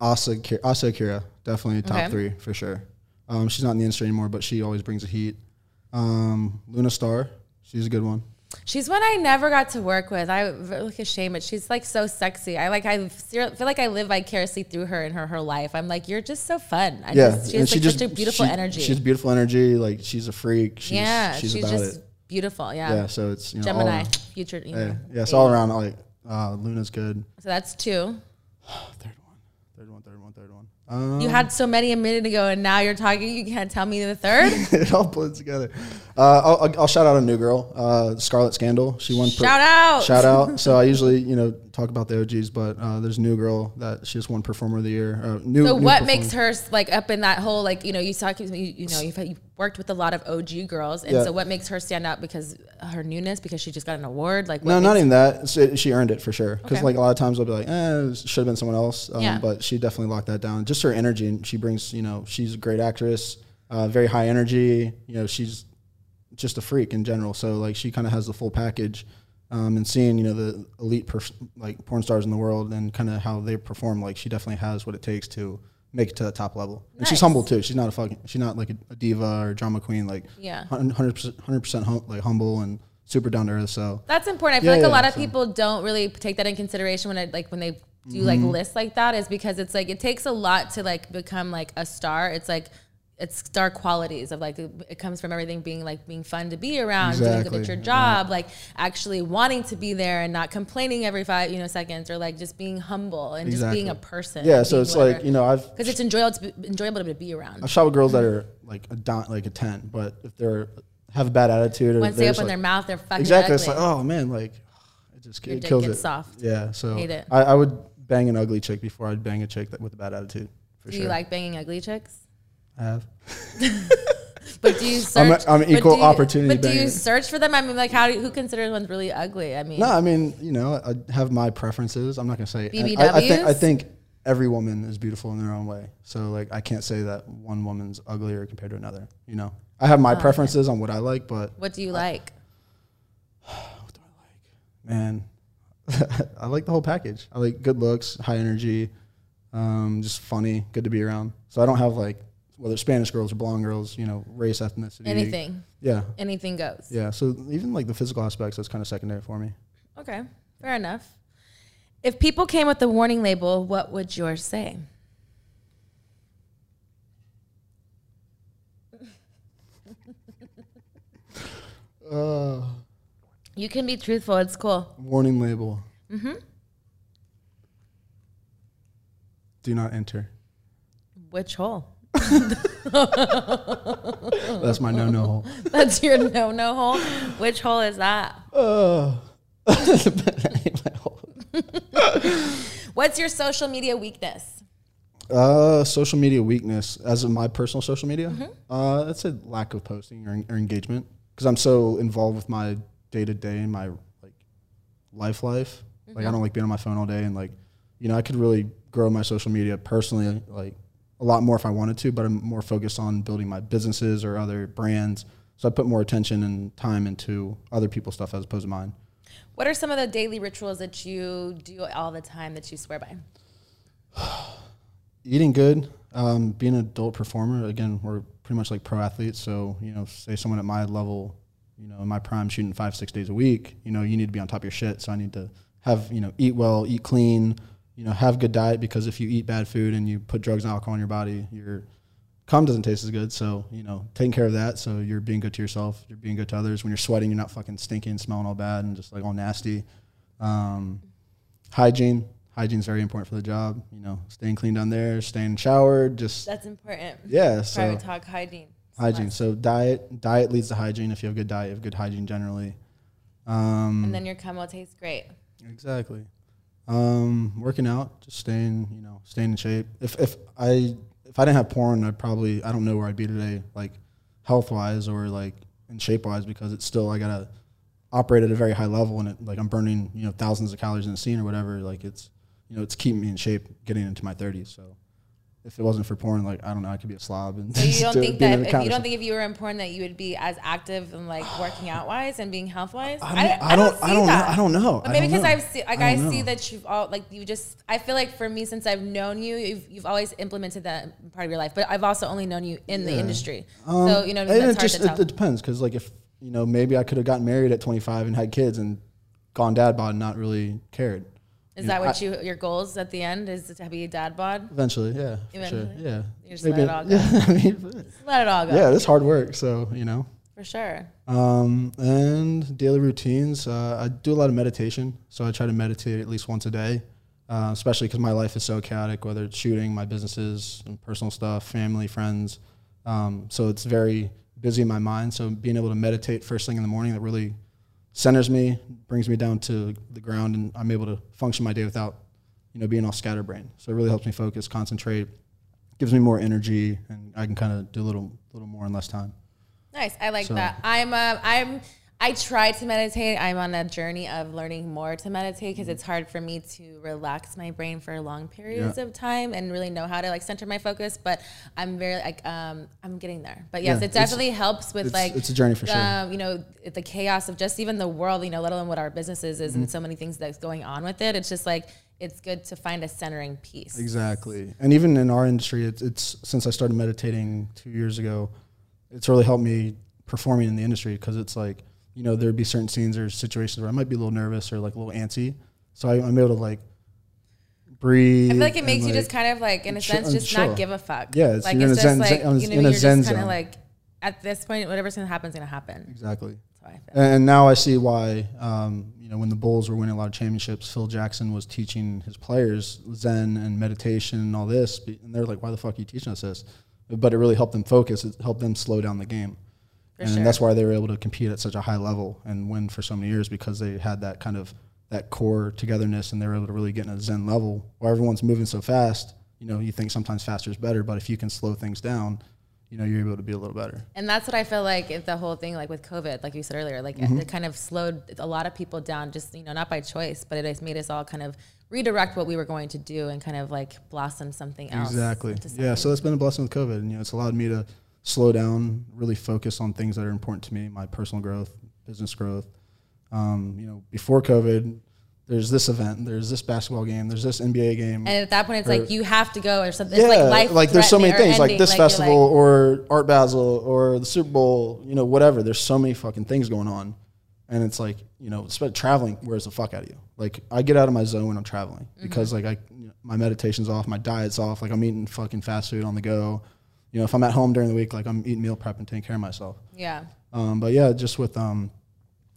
Asa, Ki- Asa Akira, definitely top
Okay.
three for sure. Um, she's not in the industry anymore, but she always brings the heat. Um, Luna Star, she's a good one.
She's one I never got to work with. I look ashamed, but she's like so sexy. I like I ser- feel like I live vicariously through her and her her life. I'm like, you're just so fun. I
Yeah,
just, she
and
has
she
like
just
such a beautiful
she-
energy.
She's beautiful energy. Like she's a freak. She's,
yeah,
she's,
she's,
about
just
it.
beautiful. Yeah,
Yeah, Oh. so it's you know, all
Gemini,
around.
future. You know.
Yeah, yeah, it's all around. Like uh, Luna's good.
So that's two.
Third one. Third one, third one, third one. Um,
You had so many a minute ago, and now you're talking. You can't tell me the third.
[laughs] it all blends together. Uh, I'll, I'll- I'll shout out a new girl, uh, Scarlet Scandal. She won.
Shout out. [laughs]
Shout out. So I usually, you know, talk about the OGs, but uh, there's a new girl that she just won Performer of the Year. Uh, new.
So
new
what
performer.
makes her like up in that whole like you know you saw you, you know you've, you've worked with a lot of OG girls, and
Yeah.
so what makes her stand out because her newness because she just got an award like what
No,
makes-
not even that. So she earned it for sure. Because
Okay.
like a lot of times I'll be like, eh, should have been someone else. Um,
Yeah.
But she definitely locked that down. Just her energy, and she brings. You know, she's a great actress. Uh, very high energy. You know, she's just a freak in general. So like she kind of has the full package. Um, and seeing you know the elite perf- like porn stars in the world and kind of how they perform, like she definitely has what it takes to make it to the top level. And she's
Nice.
humble too. She's not a fucking. She's not like a, a diva or drama queen. Like
Yeah.
hundred percent, hundred percent like humble and super down to earth. So
That's important. I feel like
Yeah, yeah,
a lot of
so-
people don't really take that in consideration when I like when they do like
Mm-hmm.
lists like that is because it's like it takes a lot to like become like a star. It's like it's star qualities of like it comes from everything being like being fun to be around, doing good
Exactly. Mm-hmm.
at your job, like actually wanting to be there and not complaining every five you know seconds, or like just being humble and just being a
Exactly.
person.
Yeah, so it's like you know I've
because it's enjoyable to be, enjoyable to be around.
I've shot with girls that are like a don, like a ten, but if they're have a bad attitude or
Once they
they're just
open
like-
their mouth, they're fucking
exactly, it's like
ugly.
oh man, like it just it
dick
kills
gets
it.
soft.
Yeah, so
Hate it.
I, I would bang an ugly chick before I'd bang a chick that with a bad attitude for
do
sure.
you like banging ugly chicks?
I have.
But do you
[laughs] I'm a-
search?
I'm an
but do
equal
you-
opportunity
But do you
banger.
search for them? I mean, like, how? Do, who considers one's really ugly? I mean,
No, I mean you know I have my preferences. I'm not gonna say I- I, I think I
BBWs?
think every woman is beautiful in their own way. So like I can't say that one woman's uglier compared to another. You know I
Ah,
have my preferences on what I like, but
what do you like?
man, [laughs] I like the whole package. I like good looks, high energy, um, just funny, good to be around. So I don't have like whether Spanish girls or blonde girls, you know, race, ethnicity,
Anything,
Yeah,
anything goes.
yeah. So even like the physical aspects, that's kind of secondary for me.
Okay, fair enough. If people came with a warning label, what would yours say?
Uh,
You can be truthful. It's cool.
warning label. Mm-hmm. Do not enter.
Which hole? [laughs]
That's my no-no hole.
That's your no-no hole. Which hole is that?
Uh, [laughs]
What's your social media weakness?
Uh, social media weakness, as in my personal social media, uh, I'd say lack of posting or, en- or engagement because I'm so involved with my day to day and my like life life. Like I don't like being on my phone all day, and like you know I could really grow my social media personally like a lot more if I wanted to, but I'm more focused on building my businesses or other brands. So I put more attention and time into other people's stuff as opposed to mine.
What are some of the daily rituals that you do all the time that you swear by?
eating good, um, being an adult performer. Again, we're pretty much like pro athletes. So you know, say someone at my level, you know, in my prime, shooting five six days a week. You know, you need to be on top of your shit. So I need to have you know eat well, eat clean. You know, have good diet because if you eat bad food and you put drugs and alcohol in your body, your cum doesn't taste as good. So you know, taking care of that. So you're being good to yourself. You're being good to others. When you're sweating, you're not fucking stinking, smelling all bad, and just like all nasty. Um, hygiene hygiene is very important for the job you know staying clean down there staying showered just
That's important.
yeah so
Private talk, hygiene.
hygiene so diet diet leads to hygiene if you have good diet you have good hygiene generally
and then your camo tastes great.
exactly um working out just staying you know staying in shape if if i if i didn't have porn i'd probably i don't know where i'd be today like health wise or like in shape wise because it's still i gotta operate at a very high level and it like i'm burning you know thousands of calories in the scene or whatever like it's you know it's keeping me in shape getting into my 30s so if it wasn't for porn like i don't know i could be a slob and
So you
[laughs] just
don't
do-
think
being
that
an
if you
accountant or
don't think if you were in porn that you would be as active and like working out wise and being health wise?
something. i don't i don't know i don't know
But maybe because I've
seen
seen, like, I, see that you've all, like, you just, I feel like for me, since I've known you, you've, you've always implemented that part of your life, but I've also only known you in the industry. so, you know,
Um, And
that's
it just
hard to
it,
tell.
it depends because like if you know maybe I could have gotten married at 25 and had kids and gone dad bod and not really cared.
Is
you know,
that what you, your goals at the end is to be a dad bod?
Eventually, yeah, for
Eventually.
sure, yeah.
You just let it all go.
[laughs] Yeah, I mean,
Let it all go.
yeah, it's hard work. So you know,
For sure.
um, and daily routines. Uh, I do a lot of meditation, so I try to meditate at least once a day. uh, especially because my life is so chaotic, whether it's shooting, my businesses, and personal stuff, family, friends. Um, so it's very busy in my mind. So being able to meditate first thing in the morning that really centers me, brings me down to the ground, and I'm able to function my day without, you know, being all scatterbrained. So it really helps me focus, concentrate, gives me more energy, and I can kind of do a little, little more in less time.
Nice. I like that. I'm uh, I'm I try to meditate. I'm on a journey of learning more to meditate because it's hard for me to relax my brain for long periods
Yeah.
of time and really know how to like center my focus. But I'm very like um I'm getting there. But yes,
Yeah,
it
it's-
definitely helps with
it's-
like
it's a journey for sure.
um, you know the chaos of just even the world. You know, let alone what our businesses is
Mm-hmm.
and so many things that's going on with it. It's just like it's good to find a centering piece.
Exactly. And even in our industry, it's, it's since I started meditating two years ago, it's really helped me performing in the industry because it's like, you know, there'd be certain scenes or situations where I might be a little nervous or like a little antsy. So I, I'm able to like breathe.
I feel like it
and,
makes you just kind of like, in a
and chi-
sense,
and
just
chill.
not give a fuck.
Yeah, it's-
like
you're in
it's
a
just
zen-
like
zen-
you know,
in a
you're just
zen
kind of
zone.
like at this point, whatever's gonna happen's gonna happen.
Exactly.
That's how I feel.
And now I see why, um, you know, when the Bulls were winning a lot of championships, Phil Jackson was teaching his players Zen and meditation and all this. be- And they're like, why the fuck are you teaching us this? But it really helped them focus, it helped them slow down the game. and
sure.
that's why they were able to compete at such a high level and win for so many years because they had that kind of that core togetherness and they were able to really get in a zen level where everyone's moving so fast you know you think sometimes faster is better but if you can slow things down you know you're able to be a little better
And that's what I feel like if the whole thing, like with COVID, like you said earlier, like
Mm-hmm.
it kind of slowed a lot of people down, just, you know, not by choice, but it has made us all kind of redirect what we were going to do and kind of like blossom something else.
Exactly.
into something.
Yeah. So that's been a blessing with COVID, and you know, it's allowed me to slow down, really focus on things that are important to me, my personal growth, business growth. Um, you know, before COVID, there's this event, there's this basketball game, there's this NBA game.
And at that point, it's like you have to go or something.
yeah,
it's like life.
there's so many
threatening or
things, like
ending,
this
you're
festival or Art Basel or the Super Bowl, you know, whatever. There's so many fucking things going on, and it's like you know, sp- traveling wears the fuck out of you. Like I get out of my zone when I'm traveling
Mm-hmm.
because like I, you know, my meditation's off, my diet's off. Like I'm eating fucking fast food on the go. You know, if I'm at home during the week, like I'm eating meal prep and taking care of myself.
yeah.
Um, but yeah, just with um,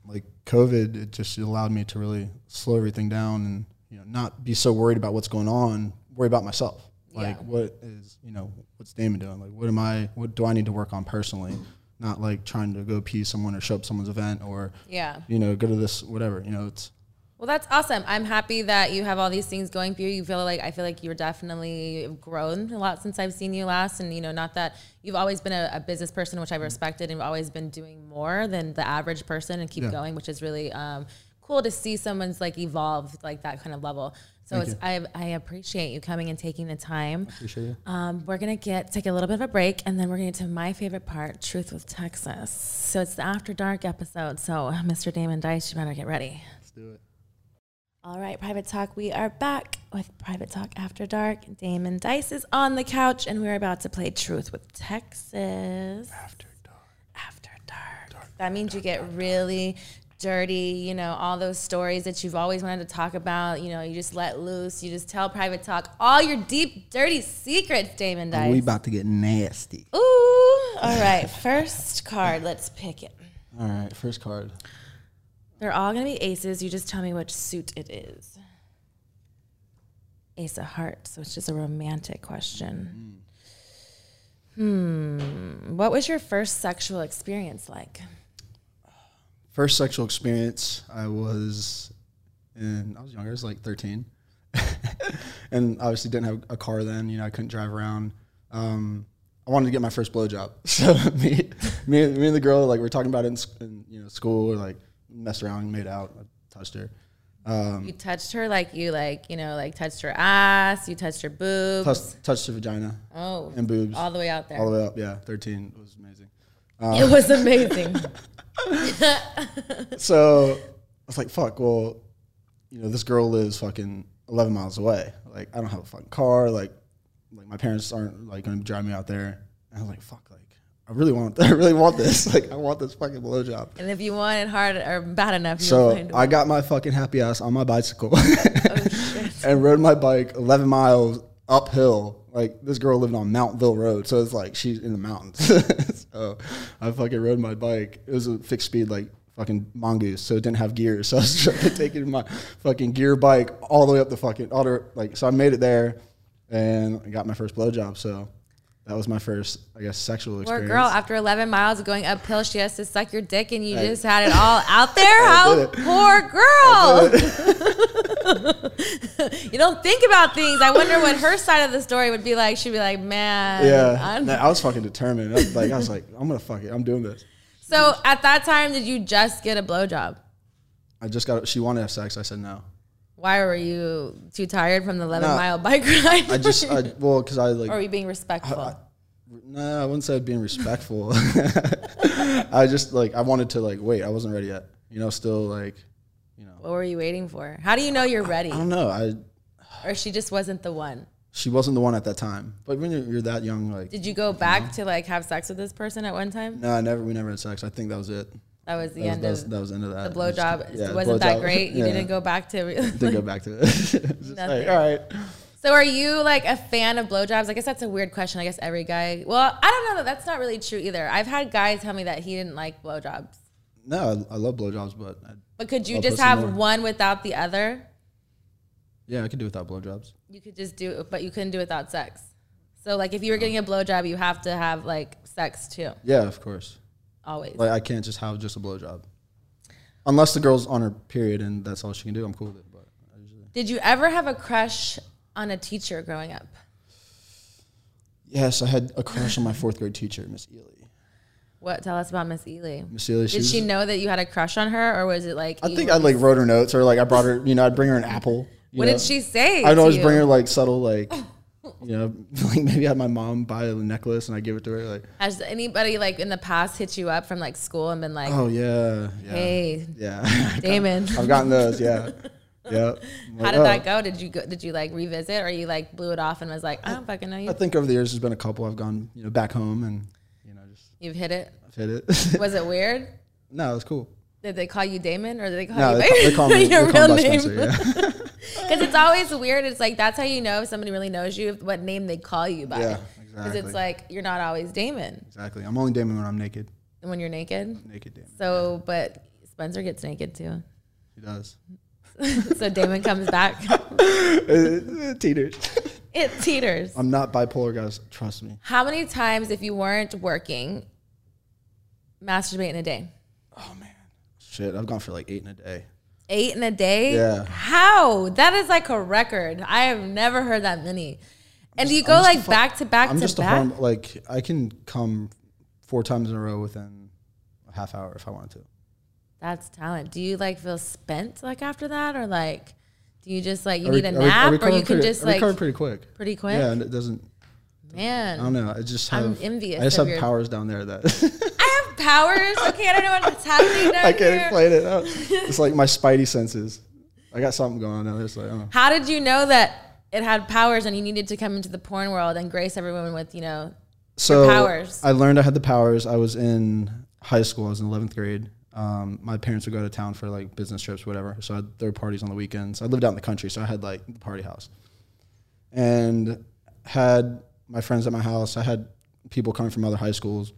like COVID, it just allowed me to really slow everything down and you know not be so worried about what's going on. Worry about myself. Like
Yeah.
what is you know what's Damon doing? Like what am I? What do I need to work on personally? Not like trying to go pee someone or show up someone's event or
Yeah.
you know go to this whatever. You know it's
Well, that's awesome. I'm happy that you have all these things going for you. You feel like I feel like you're definitely grown a lot since I've seen you last, and you know, not that you've always been a, a business person,
Mm-hmm.
which I've respected, and you've always been doing more than the average person, and keep
Yeah.
going, which is really um, cool to see someone's like evolved like that kind of level. So it's, I, I appreciate you coming and taking the time.
appreciate you.
Um, we're gonna get take a little bit of a break, and then we're gonna get to my favorite part, Truth with Texas. So it's the after dark episode. So Mr. Damon Dice, you better get ready.
Let's do it.
All right, Private Talk, we are back with Private Talk After Dark. Damon Dice is on the couch, and we're about to play Truth with Texas
After dark.
After Dark. that means you get really dirty, you know, all those stories that you've always wanted to talk about. You know, you just let loose, you just tell Private Talk all your deep, dirty secrets, Damon Dice.
Oh, We about to get nasty.
Ooh, all right, [laughs] first card, let's pick it.
All right, first card.
They're all gonna be aces. You just tell me which suit it is. Ace of Hearts, which is a romantic question. Hmm. What was your first sexual experience like?
first sexual experience I was in I was younger, I was like thirteen. [laughs] and obviously didn't have a car then, you know, I couldn't drive around. Um, I wanted to get my first blowjob. [laughs] So me me me and the girl like we were talking about it in, sc- in you know school, we like messed around, made out, I touched her. Um,
You touched her like you like you know like touched her ass. You touched her boobs.
Touched touched her vagina.
oh,
and boobs.
all the way out there.
All the way up, yeah. Thirteen It was amazing.
it was
[laughs]
amazing. [laughs]
so I was like, fuck, well, you know, this girl lives fucking 11 miles away. Like, I don't have a fucking car. Like, like my parents aren't like going to drive me out there. And I was like, fuck, like, I really want, [laughs] I really want this. Like, I want this fucking blowjob.
and if you want it hard or bad enough, you'll
So
find Oh,
I got my fucking happy ass on my bicycle [laughs] and rode my bike 11 miles uphill. Like this girl lived on Mountville Road, so [laughs] it's like she's in the mountains. so I fucking rode my bike. It was a fixed speed, like fucking mongoose, so it didn't have gears. [laughs] So I was fucking taking my fucking gear bike all the way up the fucking all the like. So I made it there, and I got my first blowjob. So that was my first, I guess, sexual
Poor
experience.
girl, after 11 miles of going uphill, she has to suck your dick, and you just had it all
[laughs]
out there. How
did
poor
it.
girl! [laughs]
[laughs]
you don't think about things. I wonder what her side of the story would be like. She'd be like, "Man,
yeah,
I'm-
Nah, I was fucking determined. I was like, I was like, I'm gonna fuck it. I'm doing this.
So at that time, did you just get a blowjob?
I just got. She wanted to have sex. I said no.
Why were you too tired from the 11
No.
mile bike [laughs] ride?
I
[laughs]
just, I, well, because I like.
or were you being respectful?
No, I wouldn't say I'd being respectful. [laughs] I just like I wanted to like wait. I wasn't ready yet. You know, still like
what were you waiting for? How do you know you're ready?
I don't know. I
Or she just wasn't the one?
she wasn't the one at that time. But when you're, you're that young, like
Did you go back to like have sex with this person at one time?
no, I never. We never had sex. I think that was it.
That was the
That was,
end
that was,
of
that was the end of that.
the blowjob.
Yeah,
wasn't that
blowjob.
great? You
Yeah.
didn't go back to. [laughs]
[laughs] Didn't go back to it. It's just like,
Nothing.
all right.
so are you like a fan of blowjobs? I guess that's a weird question. I guess every guy. Well, I don't know that that's not really true either. I've had guys tell me that he didn't like blowjobs.
No, I, I love blowjobs, but I,
But could you
I'll
just
put some
have
more.
one without the other?
yeah, I could do without blowjobs.
You could just do, but you couldn't do without sex. So like, if you were getting a blowjob, you have to have like sex too,
Yeah, of course.
always.
Like I can't just have just a blowjob, unless the girl's on her period and that's all she can do. I'm cool with it, but.
Did you ever have a crush on a teacher growing up?
Yes, I had a crush on my fourth grade teacher, Miss Ely.
What? Tell us about Miss Ely.
Miss Ely, she,
Did
was,
she know that you had a crush on her, or was it like?
I
you-
think I like wrote her notes or like I brought her, you know, I'd bring her an apple. you
What
know.
did she say?
I'd
to
always
you?
bring her like subtle, like, you know, [laughs] like maybe I had my mom buy a necklace and I give it to her, like,
Has anybody like in the past hit you up from like school and been like,
oh yeah, yeah,
"Hey,
yeah. [laughs]
Damon,
I've gotten
[laughs]
those, yeah, yeah.
how did
"Oh."
that go? Did you go, did you like revisit, or you like blew it off and was like, I don't fucking know
I
you.
think over the years there's been a couple I've gone, you know, back home and you know just
You've hit it.
I've hit it. [laughs]
Was it weird?
no, it was cool.
Did they call you Damon, or did they call
No,
you
they, ca- they call me
[laughs] your
they call
real
me by
name?
Spencer, yeah.
[laughs] Because it's always weird. It's like that's how you know if somebody really knows you, if- what name they call you by. [laughs]
[laughs] Yeah,
Because
exactly.
it's like you're not always Damon
exactly. I'm only Damon when I'm naked.
when you're naked.
Naked Damon.
So, but Spencer gets naked too. [laughs]
He does.
So Damon comes
[laughs]
back.
Teeters.
It teeters.
[laughs] I'm not bipolar, guys. Trust me.
How many times, if you weren't working, masturbate in a day?
Oh man, shit! I've gone for like eight in a day.
Eight in a day?
Yeah.
How? That is like a record. I have never heard that many. And do you go
just a
like
fu-
back to back
I'm
to
just a
back?
horm- like I can come four times in a row within a half hour if I wanted to.
That's talent. Do you like feel spent like after that, or like do you just like you
I re-
need a
I re- I
nap, or
recover
you can
pretty-
just
I
like
recover pretty quick.
pretty quick?
Yeah, Um, and it doesn't. I
Man,
don't know. I just have.
I'm envious
I just
of
have
your-
powers down
[laughs]
there that
I have powers. Okay, I don't know what's happening down
[laughs] I can't
here.
explain it. out. It's
[laughs]
like my spidey senses. I got something going on down there. It's like, oh. I don't know.
How did you know that it had powers and you needed to come into the porn world and grace everyone with you know?
so
powers.
I learned I had the powers. I was in high school. I was in eleventh grade. Um, my parents would go to town for like business trips, whatever. So I had third parties on the weekends. I lived out in the country, so I had like the party house, and had my friends at my house. I had people coming from other high schools.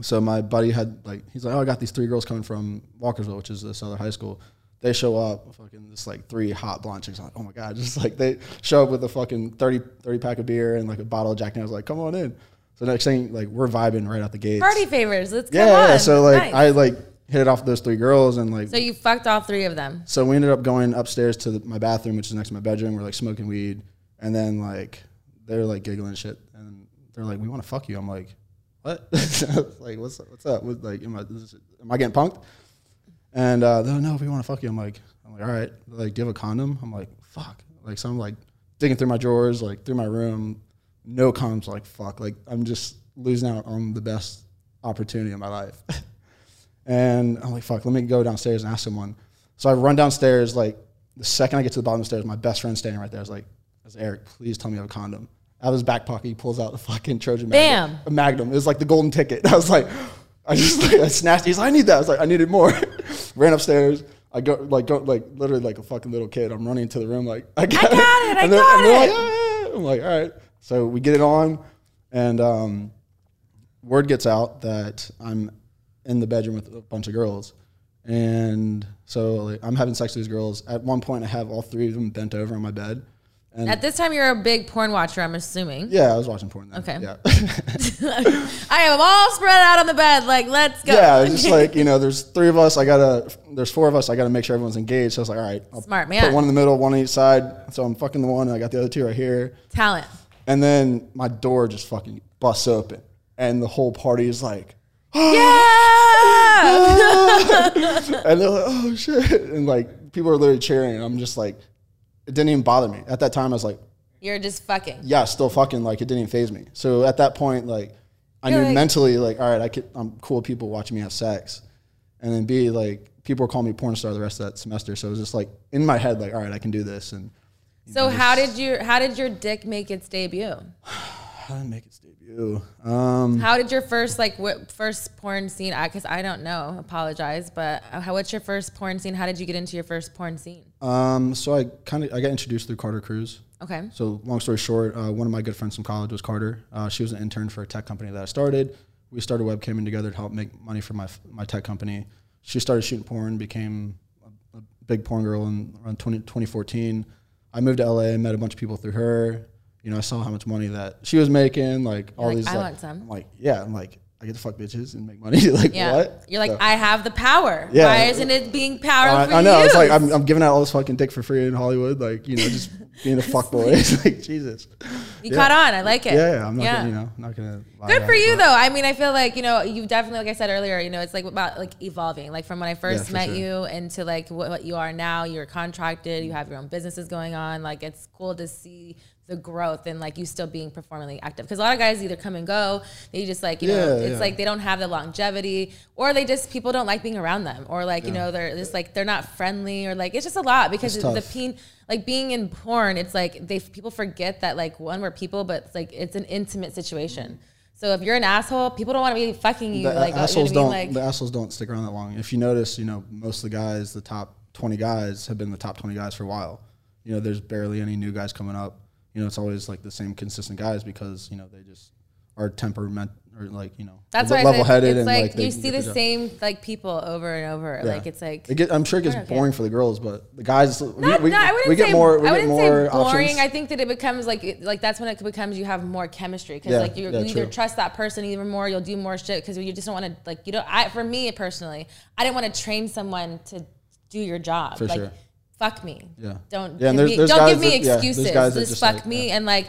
So my buddy had like he's like, oh, I got these three girls coming from Walkersville, which is this other high school. They show up, fucking just like three hot blonde chicks. I'm like, oh my god, [laughs] just like they show up with a fucking 30, 30 pack of beer and like a bottle of Jack Daniels. Like, come on in. So next thing, like we're vibing right out the gates.
Party favors. Let's
yeah,
come on.
yeah. So like
Nice.
I like hit it off with those three girls and like
so you fucked all three of them.
so we ended up going upstairs to the, my bathroom, which is next to my bedroom. We're like smoking weed, and then like they're like giggling and shit, and they're like, "We want to fuck you." I'm like, "What?" [laughs] I was like, "What's what's up?" What, like, am I is, am I getting punked? And uh, they're like, "No, we want to fuck you." I'm like, "I'm like, all right." They're like, "Do you have a condom?" I'm like, "Fuck!" Like, so I'm like digging through my drawers, like through my room, no condoms. Like, fuck! Like, I'm just losing out on the best opportunity of my life. [laughs] And I'm like, fuck, let me go downstairs and ask someone. So I run downstairs, like the second I get to the bottom of the stairs, my best friend's standing right there. I was like, I was like, Eric, please tell me you have a condom. Out of his back pocket, he pulls out the fucking Trojan
Bam.
Magnum. A Magnum. It was like the golden ticket. [laughs] I was like, I just like I snatched it. He's like, I need that. I was like, I needed more. [laughs] Ran upstairs. I go like go like literally like a fucking little kid. I'm running to the room like I got,
got it, I
And they're-
got
and they're
it.
like, "Ah." I'm like, all right. So we get it on and um word gets out that I'm in the bedroom with a bunch of girls, And so like, I'm having sex with these girls. At one point, I have all three of them bent over on my bed. And
At this time, you're a big porn watcher, I'm assuming.
yeah, I was watching porn then.
Okay. [laughs]
Yeah. [laughs]
I am all spread out on the bed, like, let's go.
Yeah, it's just like you know, there's three of us. I gotta, there's four of us. I gotta make sure everyone's engaged. So I was like, all right, I'll
Smart
Put
man.
one in the middle, one on each side. So I'm fucking the one, and I got the other two right here. [gasps]
Talent.
And then my door just fucking busts open, and the whole party is like,
Yeah!
and they're like, oh shit, and like people are literally cheering, and I'm just like, it didn't even bother me at that time. I was like,
You're just fucking.
yeah, still fucking like it didn't even phase me. So at that point, like I knew
like-
mentally, like all right, I could, I'm cool. with People watching me have sex, and then B, like people were calling me porn star the rest of that semester. So it was just like in my head, like all right, I can do this. And
So how did your how did your dick make its debut?
how did it make its debut? Um,
How did your first like what first porn scene? I Because I don't know. Apologize, but uh, how, what's your first porn scene? How did you get into your first porn scene?
um, so I kind of I got introduced through Carter Cruz.
Okay.
So long story short, uh, one of my good friends from college was Carter. Uh, she was an intern for a tech company that I started. We started webcamming together to help make money for my my tech company. She started shooting porn, became a, a big porn girl in around 20, 2014. I moved to LA and met a bunch of people through her. You know, I saw how much money that she was making, like all
like,
these.
"I
like-
want some."
I'm like, yeah, I'm like, I get to fuck bitches and make money. [laughs] like
Yeah.
what?
You're like
So-
I have the power.
Yeah.
Why isn't it being power
I,
for
I know.
you?
It's like I'm, I'm giving out all this fucking dick for free in Hollywood, like you know, just being
[laughs]
a fuckboy. [laughs] It's like Jesus.
you caught on. I like it.
Yeah, yeah, I'm not gonna, you know, not gonna. Lie
Good
about
for
it,
you
but-
though. I mean, I feel like you know you definitely, like I said earlier, you know, it's like about like evolving. Like from when I first
for
met
sure.
you into like what, what you are now. You're contracted. You have your own businesses going on. Like it's cool to see the growth and like you still being performally active. Because a lot of guys either come and go. They just like you know,
Yeah,
it's
yeah.
like they don't have the longevity, or they just people don't like being around them, or like you know they're just like they're not friendly, or like it's just a lot because
It's
the
tough.
teen like being in porn it's like they people forget that like one we're people but it's like it's an intimate situation so if you're an asshole people don't want to be fucking you
The
like
assholes
you know
don't.
what I mean?
the
like
assholes don't stick around that long. If you notice, you know, most of the guys, the top 20 guys, have been the top 20 guys for a while. You know, there's barely any new guys coming up. You know, it's always like the same consistent guys because you know they just are temperament or like you know
that's
le-
why I said
level-headed
it's
and
like,
like, they
you
can
see
get
the
job.
same like people over and over
Yeah.
like it's like
It get- I'm sure it gets
don't care.
boring for the girls, but the guys we,
Not-
we,
no, I wouldn't
we get
say,
more. We
I
get
wouldn't
more
say boring.
options.
I think that it becomes like it- like that's when it becomes you have more chemistry because
Yeah,
like you,
yeah,
you either
true.
trust that person even more, you'll do more shit because you just don't want to like you don't. I for me personally, I didn't want to train someone to do your job.
For
like,
sure.
Fuck me.
Yeah.
Don't
Yeah,
give
and there's-
me,
there's
don't
guys
give me
that- yeah, there's
excuses.
guys that
just
just
fuck
like-
me
yeah.
and like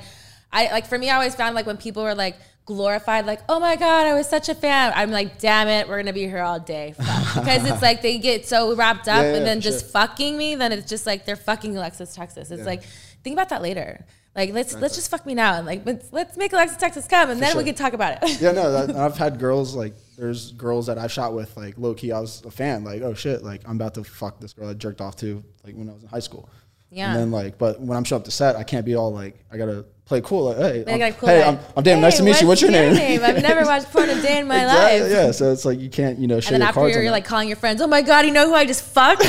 I like for me, I always found like when people were like glorified, like oh my god, I was such a fan. I'm like, damn it, we're gonna be here all day Fuck. because it's like they get so wrapped up
[laughs] Yeah, yeah,
and then
for
just
sure.
fucking me, then it's just like they're fucking Alexis Texas. It's like think about that later. Like let's let's just fuck me now and like let's let's make Alexis Texas come and then we
sure.
can talk about [laughs] it.
yeah, no, that, I've had girls like there's girls that I've shot with like low key. I was a fan, like oh shit, like I'm about to fuck this girl I jerked off to like when I was in high school.
Yeah.
And then like, but when I'm showing up to set, I can't be all like I gotta play cool. Like, hey,
They
I'm,
got cool
hey,
like,
I'm, I'm damn nice to
"Hey,
meet you. What's your, name?
I've never watched porn a day in my
[laughs] Exactly,
life.
Yeah, so it's like you can't you know show
And then
your
after
cards.
you're,
on
you're
that.
like calling your friends, oh my god, you know who I just
[laughs]
fucked?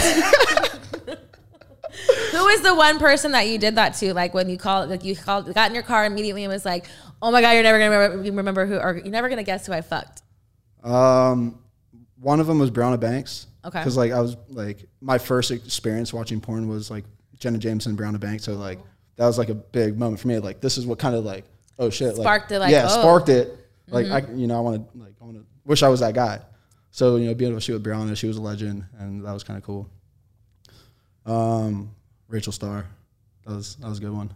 [laughs] who is the one person that you did that to? Like when you call, like you called, got in your car immediately and was like, oh my god, you're never gonna remember, you remember who, or you're never gonna guess who I fucked.
Um, one of them was Brianna Banks.
Okay.
Because like I was like my first experience watching porn was like Jenna Jameson and Brianna Banks. So like that was like a big moment for me. Like this is what kind of like oh shit
Sparked it, like,
yeah
oh. Mm-hmm.
sparked it like I you know I want to like I want to wish I was that guy. So you know being able to shoot with Brianna, she was a legend, and that was kind of cool. Um, Rachel Starr, that was that was a good one.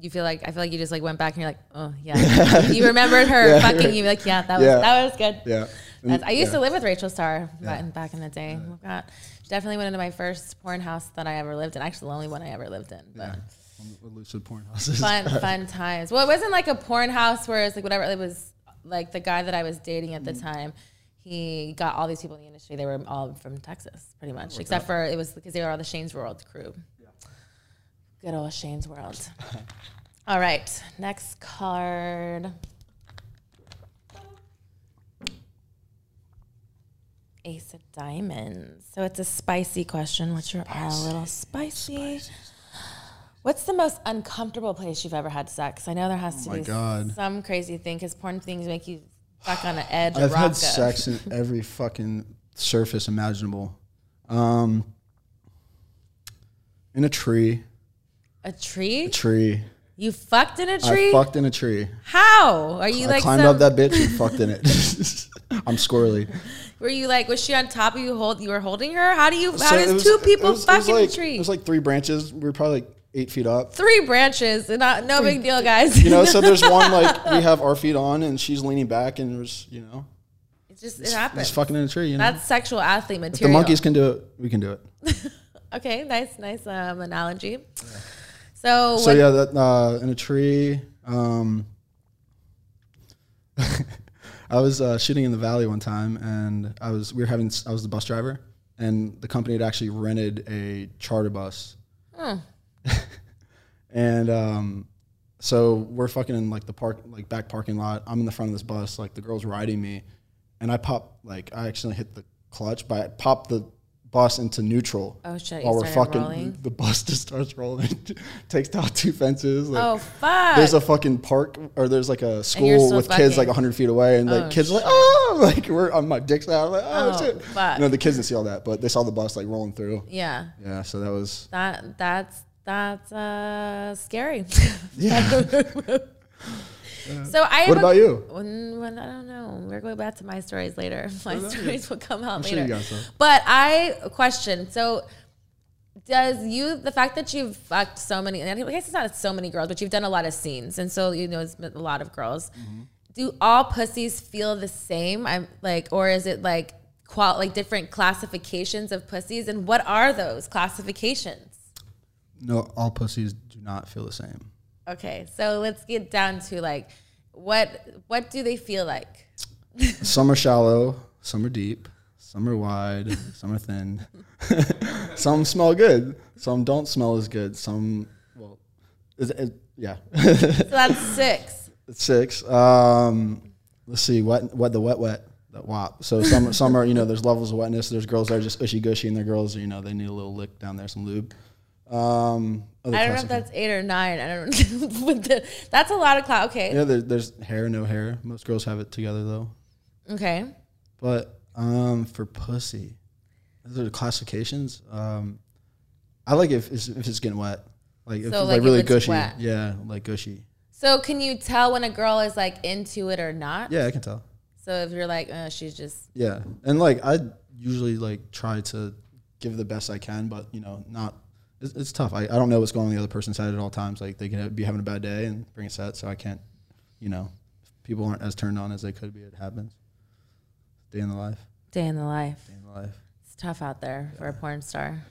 You feel like I feel like you just like went back and you're like, oh yeah, [laughs]
[laughs]
you remembered her fucking you. Like yeah, that was
Yeah.
that was good.
Yeah.
That's, I used
Yeah.
to live with Rachel Starr back in- back in the day. Oh, God. She definitely went into my first porn house that I ever lived in. Actually, the only one I ever lived in. But
Lucid porn
[laughs]
houses. [laughs]
fun, fun times. Well, it wasn't like a porn house where it's like whatever. It was like the guy that I was dating at the
Mm-hmm.
time. He got all these people in the industry. They were all from Texas,
Oh
pretty much, except for it was because they were all the Shane's World crew. Good old Shane's World. all right, next card. Ace of Diamonds. So it's a spicy question, which are all a little spicy. What's the most uncomfortable place you've ever had sex? I know there has to
Oh my
be
God.
some crazy thing because porn things make you fuck on an edge. or
I've
rock
had
a-
sex in every fucking surface imaginable. Um, in a tree.
A tree?
Tree.
You fucked in a
I
tree?
fucked in a tree.
How? Are you
I
like
climbed
some,
up that bitch and
[laughs]
fucked in it. [laughs] I'm squirrely.
Were you like was she on top of you hold you were holding her? How do you how
it
does
was-
two
it
people
was- it
fuck
was
in
like-
a tree?
It was like three branches. We were probably like eight
[laughs]
feet up.
Three branches. and Not, no big deal, guys. [laughs]
You know, so there's one like we have our feet on and she's leaning back and there's, you know,
it just it happens.
just fucking in a tree. You know,
That's sexual athlete
if the
material.
monkeys can do it, we can do it.
Okay, nice, nice um, analogy. So,
So
what,
yeah, that uh, in a tree. Um, [laughs] I was uh, shooting in the valley one time, and I was we were having I was the bus driver, and the company had actually rented a charter bus, [laughs] and um, so we're fucking in like the park like back parking lot. I'm in the front of this bus, like the girl's riding me, and I pop like I accidentally hit the clutch, but I popped the bus into neutral.
Oh, shit, you
While we're
started
fucking,
rolling?
the bus just starts rolling, [laughs] takes down two fences. Like,
oh fuck,
there's a fucking park or there's like a
you're
school
still
with kids
fucking.
like 100 feet away and like kids are like oh [laughs] like we're on my dick's out like oh,
Oh,
shit
fuck.
you know the kids didn't see all that but they saw the bus like rolling through
yeah,
yeah so that was
that that's that's uh, scary.
yeah
[laughs] so I. have
what
a-
about you
Mm, well, I don't know. We're going back to my stories later. [laughs] My stories will come out
sure
later.
you got some.
But I question. So does you the fact that you've fucked so many? And I guess it's not so many girls, but you've done a lot of scenes, and so you know it's been a lot of girls. Do all pussies feel the same? I'm like, or is it like qual like different classifications of pussies? And what are those classifications?
no all pussies do not feel the same
Okay, so let's get down to like what what do they feel like?
some are shallow some are deep some
[laughs]
are wide some are thin [laughs] some smell good some don't smell as good some well it, it, yeah
So that's six.
six. Um, let's see, wet, wet the wet, wet, that wop. So some, [laughs] some are, you know, there's levels of wetness. There's girls that are just ushy gushy, and their girls, you know, they need a little lick down there, some lube. Um, other
I don't know if
classific-
that's eight or nine. I don't [laughs] know. But the- that's a lot of clout. Okay.
Yeah, there, there's hair, no hair. Most girls have it together though.
Okay.
But um, for pussy, those are the classifications. Um, I like if it's, if it's getting wet, like if
So,
it's
like,
like
if
really
it's
gushy.
wet.
Yeah, like gushy.
So can you tell when a girl is like into it or not?
Yeah, I can tell.
So if you're like, uh, she's just
Yeah, and like I usually like try to give the best I can, but you know, not it's, it's tough. I, I don't know what's going on the other person's side at all times. Like they could be having a bad day and bring a set, so I can't. You know, if people aren't as turned on as they could be. It happens. Day in the life.
day in the life.
Day in the life. [laughs]
It's tough out there for a porn star.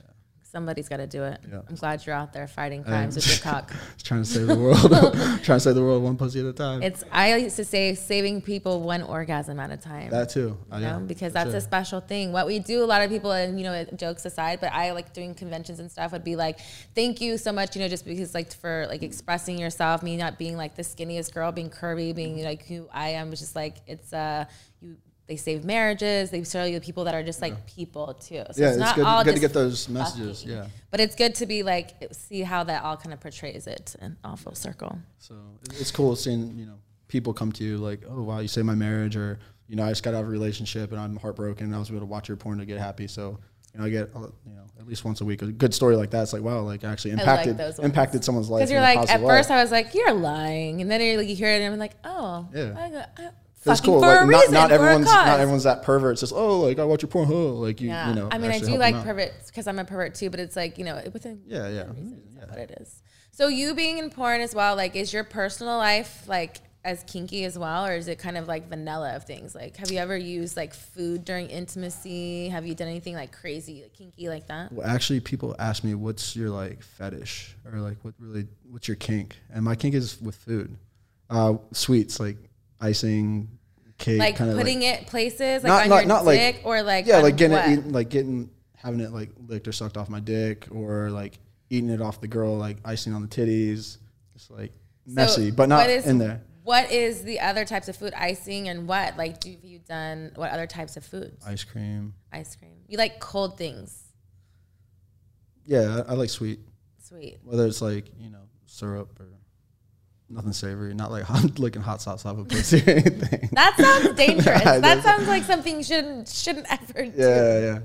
Somebody's got to do it.
Yeah.
I'm glad you're out there fighting crimes with your
[laughs]
cock.
Just trying to save
[laughs]
the world. [laughs] trying to save the world one pussy at a time.
It's I used to say saving people one orgasm at a time.
that too. I
you know,
know.
because that's a special thing. What we do, a lot of people, and you know, jokes aside, but I like doing conventions and stuff would be like, thank you so much, you know, just because like for like expressing yourself, me not being like the skinniest girl, being curvy,
Mm-hmm.
being like who I am, was just like it's uh you. They save marriages. They show you people that are just like people too. So
yeah,
it's
it's,
not
good,
all
good
just
to get those messages. Yeah.
But it's good to be like see how that all kind of portrays it and all full circle.
So it- it's cool seeing you know people come to you like, oh wow, you saved my marriage, or you know I just got out of a relationship and I'm heartbroken. And I was able to watch your porn to get happy. So you know I get uh, you know at least once a week a good story like that. It's like wow, like I actually impacted
those ones.
impacted someone's life.
Because you're
in a
like, at
positive
first
way.
I was like, you're lying, and then you're like, you hear it, and I'm like, oh,
Yeah.
I, got- I,
That's
fucking
cool.
for
like
a
not
reason,
not
for a
everyone's
cause.
not everyone's that pervert. It's just oh like I watch your porn. [laughs] Oh like you
Yeah,
you know.
I mean, I
actually
do
help
like
them out.
perverts because I'm a pervert too, but it's like you know within
Yeah, yeah.
reasons [laughs] that's what it is. So you being in porn as well, like, is your personal life like as kinky as well, or is it kind of like vanilla of things? Like, have you ever used like food during intimacy? Have you done anything like crazy, like kinky like that?
Well, actually, people ask me, "What's your like fetish?" or like, "What really? What's your kink?" And my kink is with food, uh, sweets like icing, cake,
Like
kind of
putting it places, like
Not-
on
not-
your
not, like-
dick, or like
yeah,
on
like getting
what?
it, eaten, like getting having it like licked or sucked off my dick, or like eating it off the girl, like icing on the titties, just like messy,
So
but not
what is-
in there.
What is the other types of food icing and what? Like, do you done what other types of foods?
Ice cream,
Ice cream. You like cold things,
yeah, I, I like sweet,
sweet.
whether it's like you know syrup or nothing savory, not like [laughs] hot, licking hot sauce off a pussy or [laughs] anything.
That sounds dangerous.
That
that
does-
sounds like something you shouldn't shouldn't ever do.
Yeah, yeah.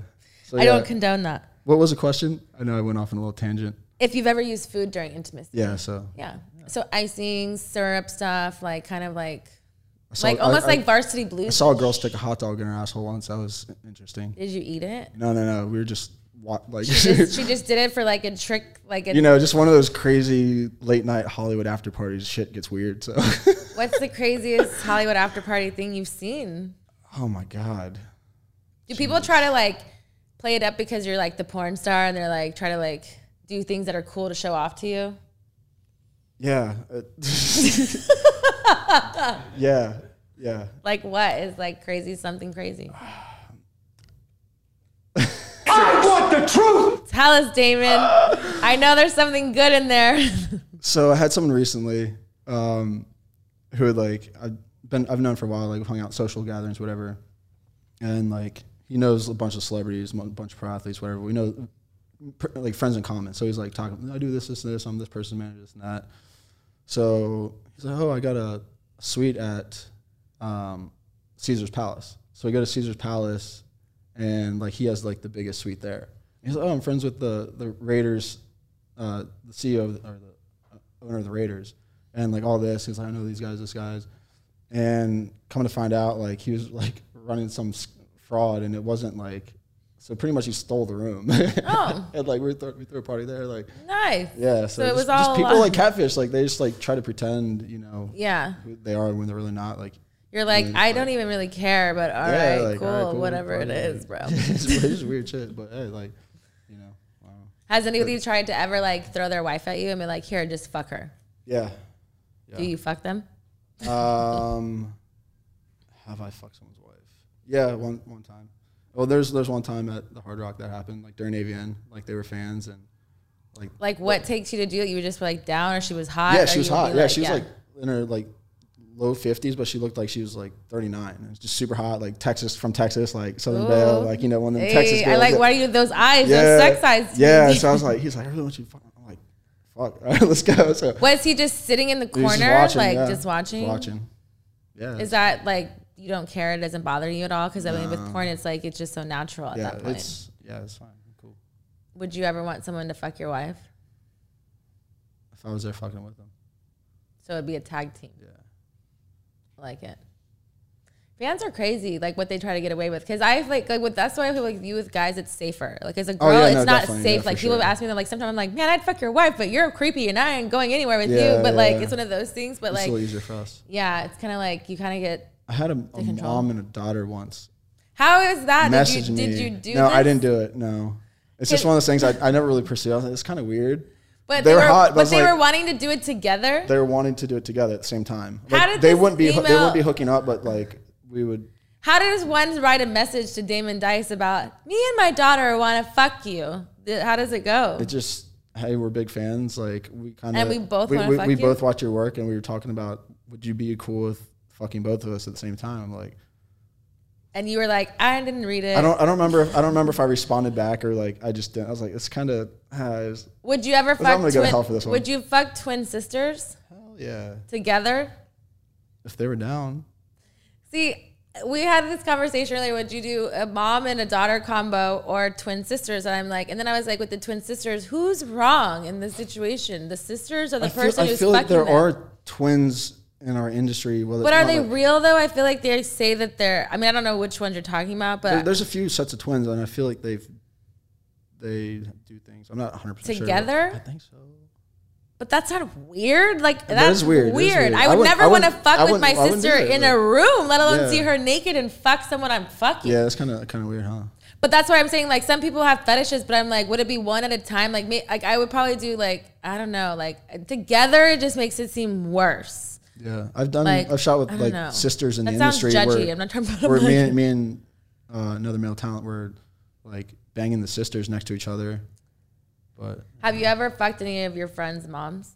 So,
I don't
yeah.
condone that.
What was the question? I know I went off on a little tangent.
If you've ever used food during intimacy.
Yeah, so
Yeah. So icing, syrup stuff, like kind of like
I saw-
like almost
I-
like
I,
varsity
I
blues.
saw a girl stick a hot dog in her asshole once. That was interesting.
Did you eat it?
No, no, no. We were just wa- like, [laughs]
She just, she just did it for like a trick, like a,
you know, just one of those crazy late night Hollywood after parties. Shit gets weird. So, [laughs]
what's the craziest Hollywood after party thing you've seen?
oh my god.
Do people try to like play it up because you're like the porn star and they're like try to like do things that are cool to show off to you? [laughs]
Yeah. [laughs] Uh, yeah. Yeah.
Like what is like crazy something
[sighs]
crazy?
I want the truth.
Tell us, Damon.
[sighs]
I know there's something good in there. [laughs]
So I had someone recently um, who had like I've been I've known for a while, like we've hung out social gatherings, whatever, and like he knows a bunch of celebrities, a bunch of pro athletes, whatever. We know pr- like friends in common. So he's like talking. I do this, this, and this. I'm this person's manager, this and that. So he's like, oh, I got a suite at um, Caesar's Palace. So we go to Caesar's Palace, and like he has like the biggest suite there. He's like, oh, I'm friends with the the Raiders, uh, the CEO of the, or the uh, owner of the Raiders, and like all this. He's like, I know these guys, this guys, and coming to find out, like he was like running some s- fraud, and it wasn't like. So pretty much he stole the room. [laughs]
Oh.
and like we threw, we threw a party there, like
nice.
yeah. So,
it
just-
was
just
all a
people
lie.
like catfish, like they just like try to pretend, you know,
Yeah.
who they are when they're really not. Like [laughs]
You're like, I don't even really care, but all right,
Yeah, like,
cool,
all right, cool,
whatever it
party,
is,
[laughs]
bro.
it's, it's just weird shit, but hey, like you know, wow.
Has anybody tried to ever like throw their wife at you and be like, here, just fuck her?
yeah.
Do you fuck them?
Um, have I fucked someone's wife? Yeah, one one time. Well, there's there's one time at the Hard Rock that happened, like during AVN, like they were fans and like
Like, what takes you to do it? You were just like down, or she was hot?
yeah,
or
she was
you would
hot.
be
Yeah, she was like in her like low fifties, but she looked like she was like thirty nine. It was just super hot, like Texas from Texas, like Southern Belle,
Ooh.
like you know one of them
Hey,
Texas girls.
I like
that-
why you those eyes, those sex eyes.
Yeah,
dude.
so I was like, he's like, I really want you to fuck. I'm like, fuck, [laughs] all right, let's go. So
was he just sitting in the
he was
corner, like
yeah,
just watching?
watching. Yeah,
Is that like you don't care? It doesn't bother you at all? Because I mean, with porn, it's like it's just so natural at
yeah,
that point.
it's yeah, it's fine, cool.
Would you ever want someone to fuck your wife?
If I was there fucking with him,
So it'd be a tag team.
yeah,
I like it. Fans are crazy, like what they try to get away with. Because I like, like with that's why I feel like you with guys, it's safer. Like as a
Oh,
girl,
yeah,
it's
no,
not
definitely,
safe.
yeah,
like
for
people
sure.
ask me, they're like, sometimes I'm like, man, I'd fuck your wife, but you're creepy, and I ain't going anywhere with
Yeah,
you. But like,
yeah.
it's one of those things. But
it's a
like,
little easier for us.
yeah, it's kind of like you kind of get.
I had a, a
control.
mom and a daughter once.
How is that? Did you,
Message me.
did you do?
no, I
this?
didn't do it. No, it's just
Did-
one of those things I, I never really pursued. I was like, it's kind of weird.
But
They
they
were
were,
hot, but
but
it's
they
like-
were wanting to do it together.
They were wanting to do it together at the same time.
How
Like,
did
they
this
wouldn't be they
female-
wouldn't be hooking up, but like we would.
How does one write a message to Damon Dice about me and my daughter want to fuck you? Th- How does it go?
It just hey, we're big fans. Like we kind of
And we both
we,
wanna
we,
fuck
we
you?
both watch your work, and we were talking about would you be cool with fucking both of us at the same time? I'm like,
and you were like, I didn't read it.
I don't I don't remember if, I don't remember if I responded back or like I just didn't. I was like, it's kind of ah, it was-
Would you ever
I'm gonna
fuck?
go to
Twin,
hell for this one.
Would you fuck twin sisters
hell yeah.
together?
If they were down,
See, we had this conversation earlier. Would you do a mom and a daughter combo or twin sisters? And I'm like, and then I was like, with the twin sisters, who's wrong in this situation? The sisters or the
I feel,
person
I
who's
feel like
fucking
there
them?
are twins in our industry. Whether
But
it's
are
not
they
like-
real though? I feel like they say that they're. I mean, I don't know which ones you're talking about,
there-
but
There's a few sets of twins, and I feel like they've they do things. I'm not 100 percent
Together?
I think so.
but that's not weird. Like
That
that's
is weird. It is weird.
I
I
would
wouldn't-
never
I
want to
wouldn't- I
fuck with my
wouldn't- I wouldn't do
sister
it,
in
like-
a room, let alone
Yeah.
see her naked and fuck someone I'm fucking.
Yeah, it's kind of kind of weird, huh?
But that's why I'm saying like some people have fetishes, but I'm like, would it be one at a time? Like, me, like I would probably do like I don't know, like together it just makes it seem worse.
Yeah, I've done.
Like,
I've shot with
I don't
like
know.
sisters in
That
the
sounds
industry.
judgy.
Where,
I'm not trying to put
where
them
me
like-
and me and uh, another male talent were like banging the sisters next to each other. But
Have you ever fucked any of your friends' moms?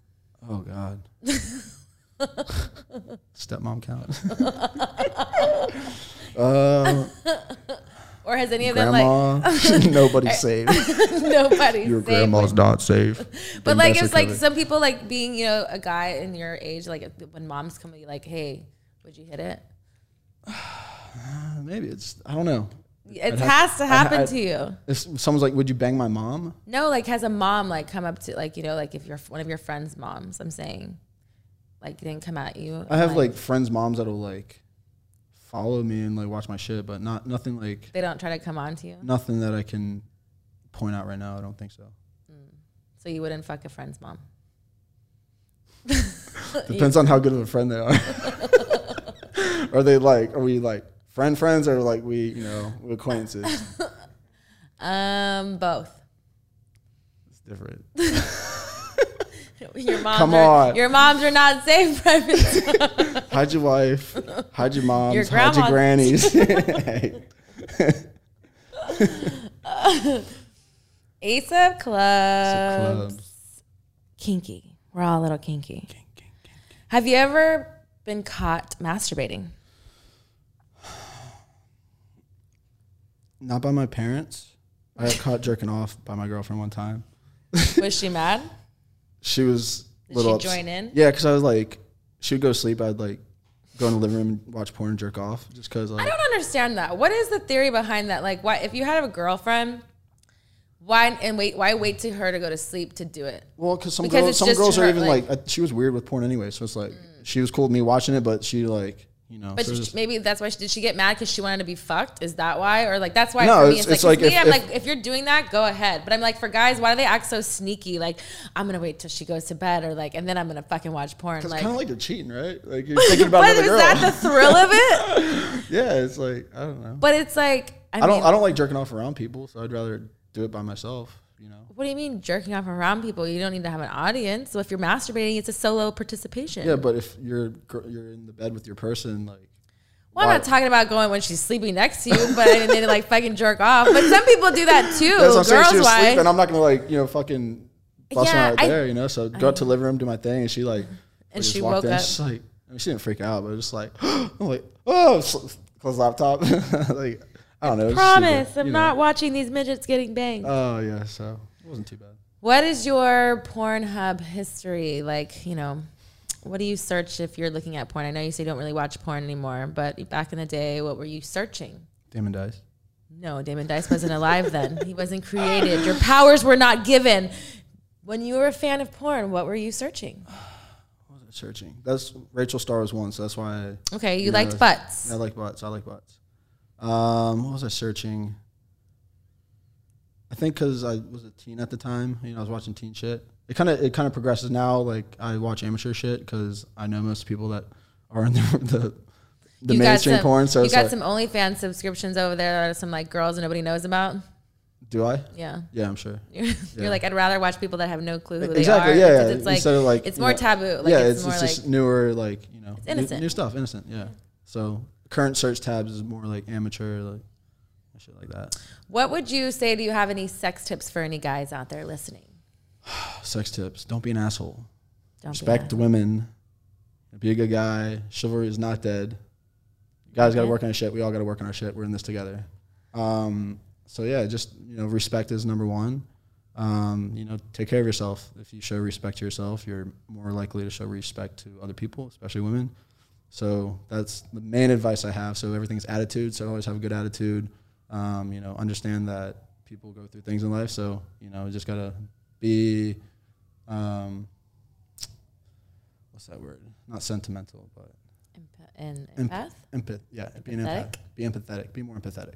[laughs]
oh god,
[laughs]
stepmom count. uh,
Or has any of
grandma, [laughs]
[laughs]
nobody's safe. [laughs]
them like [laughs] nobody's
Your
safe?
grandma's not safe.
But
Bring
like
back
it's like
COVID.
some people like being you know a guy in your age like if- when moms come to you like hey would you hit it
maybe it's I don't know.
It has to happen to you.
If someone's like, "Would you bang my mom?"
No, like has a mom like come up to like you know like if you're one of your friends' moms. I'm saying, like didn't come at you.
I have like friends' moms that'll like follow me and like watch my shit, but not nothing like
they don't try to come on to you.
nothing that I can point out right now. I don't think so.
So you wouldn't fuck a friend's mom. Uh,
Depends on how good of a friend they
[laughs]
are. [laughs] are they like? Are we like friend friends or like we you know we're acquaintances?
Um, both. [laughs]
It's different.
Your moms
Come
are,
on.
Your moms are not [laughs] safe, private.
Hide your wife. Hide your moms.
Your
hide your
grandmas. [laughs]
grannies. [laughs] Hey.
ASAP club.
Clubs.
Kinky. We're all a little kinky. Have you ever been caught masturbating?
Not by my parents. I got caught jerking off by my girlfriend one time.
Was she mad?
She was
Did
little
she join in?
Yeah, because I was like, she would go to sleep. I'd like go in the living room and watch porn and jerk off just because like
I don't understand that. What is the theory behind that? Like, why if you had a girlfriend, why and wait? Why wait to her to go to sleep to do it?
Well, cause some
Because
girls,
it's
some
just
girls are
her,
even like,
like- Mm.
uh, she was weird with porn anyway, so it's like she was cool with me watching it, but she like you know.
But
so it was
sh-
just-
maybe that's why she did she get mad because she wanted to be fucked? Is that why? Or like that's why
No,
for me
it's-
it's,
it's
like,
like
for me,
if-
I'm
if-
like if you're doing that, go ahead. But I'm like for guys, why do they act so sneaky? Like I'm gonna wait till she goes to bed, or like and then I'm gonna fucking watch porn.
it's
Like,
kind of like you're cheating, right?
[laughs]
Like you're thinking about
but
another
is
girl.
that the thrill of it?
[laughs] yeah, it's like I don't know.
But it's like I,
I don't.
mean,
I don't like jerking off around people, so I'd rather do it by myself. You know.
What do you mean jerking off around people? You don't need to have an audience. So if you're masturbating, it's a solo participation.
Yeah, but if you're gr- you're in the bed with your person, like
Well, I'm not
Why?
talking about going when she's sleeping next to you, but I mean, they like fucking jerk off. But some people do that too.
that's what I'm saying.
Oh, Girls,
She was
why?
sleeping. I'm not gonna like you know fucking
Yeah,
bust her out
I-
there. You know, so go out to the living room, do my thing, and she like
And
just
she
walked
woke
in,
up.
She's like, I mean, she didn't freak out, but just like [gasps] I'm like oh, sl- close laptop. [laughs] like I don't know. it was just stupid,
Promise, I'm
you know.
not watching these midgets getting banged.
Oh yeah, so it wasn't too bad.
what is your Pornhub history? Like, you know, what do you search if you're looking at porn? I know you say you don't really watch porn anymore, but back in the day, what were you searching?
Damon dies.
No, Damon Dice wasn't alive then. He wasn't created. Your powers were not given. When you were a fan of porn, what were you searching?
Searching. That's Rachel Star was one, so that's why I,
Okay, you
Yeah.
liked butts.
I like bots. I like bots. Um, what was I searching? I think because I was a teen at the time, you know, I was watching teen shit. It kind of it kind of progresses now. Like I watch amateur shit because I know most people that are in [laughs] the the, the
you
mainstream
got some,
porn. So
you
it's
got
like,
some OnlyFans subscriptions over there that are some like girls nobody knows about.
do I?
Yeah. [laughs]
Yeah, I'm sure.
You're,
Yeah.
you're like, I'd rather watch people that have no clue who
exactly.
they are.
yeah,
because
yeah.
It's like,
Instead of like
it's
you
more
know-
taboo. Like
yeah,
it's, more like,
just newer, like you know, new-
innocent.
New, stuff, innocent. Yeah. So current search tabs is more like amateur, like shit like that.
what would you say? Do you have any sex tips for any guys out there listening?
Sex tips: Don't be an asshole.
Don't
Respect women. Be a good guy. Chivalry is not dead. You guys got to work on your shit. We all got to work on our shit. We're in this together. Um, so yeah, just you know, respect is number one. Um, you know, take care of yourself. If you show respect to yourself, you're more likely to show respect to other people, especially women. So that's the main advice I have. So everything's attitude. So always have a good attitude. Um, you know, understand that people go through things in life. So you know, just gotta be. Um, what's that word? Not sentimental, but
And, and
Imp-
empath?
empath. Yeah, be an empath. Be empathetic. Be more empathetic,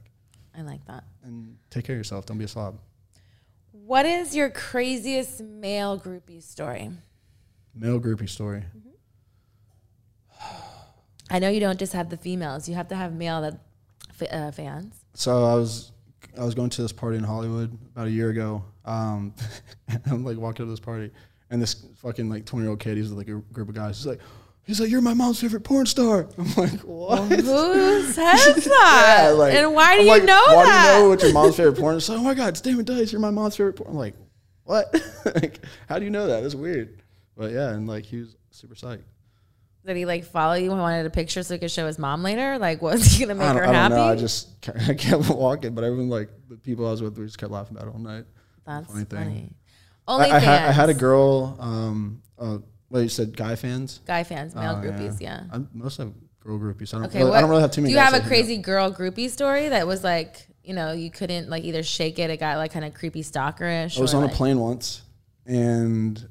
I like that.
and take care of yourself. Don't be a slob.
What is your craziest male groupie story?
Male groupie story.
I know you don't just have the females. You have to have male that f- uh, fans.
[laughs] So I was I was going to this party in Hollywood about a year ago. Um, [laughs] and I'm like walking to this party, and this fucking like 20 year old kid, he's with like a group of guys. He's like, he's like, you're my mom's favorite porn star. I'm like, what?
Who says that?
Yeah, like-
and why do
I'm
you
like,
know
why
that?
do you know what your mom's favorite porn
[laughs]
is? Like, oh my God, it's Damon Dice. You're my mom's favorite porn. I'm like, what? [laughs] like, how do you know that? That's weird. But yeah, and like he was super psyched.
Did he like follow you and wanted a picture so he could show his mom later? Like, was [laughs] he gonna make
I
her
don't, I don't
happy?
know. I just ca- [laughs] I kept walking, but everyone like the people I was with, we just kept laughing about it all night.
That's
Funny
funny.
thing.
Only
I, I,
fans.
had, I had a girl. Um, uh, well, you said guy fans.
guy fans, male
Oh,
groupies. Yeah.
I mostly have girl groupies. I don't.
Okay.
really,
what,
I don't really have too many.
Do you
guys
have a
that hang out.
crazy girl groupie story that was like you know, you couldn't like either shake it. It got like kind of creepy stalkerish.
I was
or,
on
like-
a plane once, and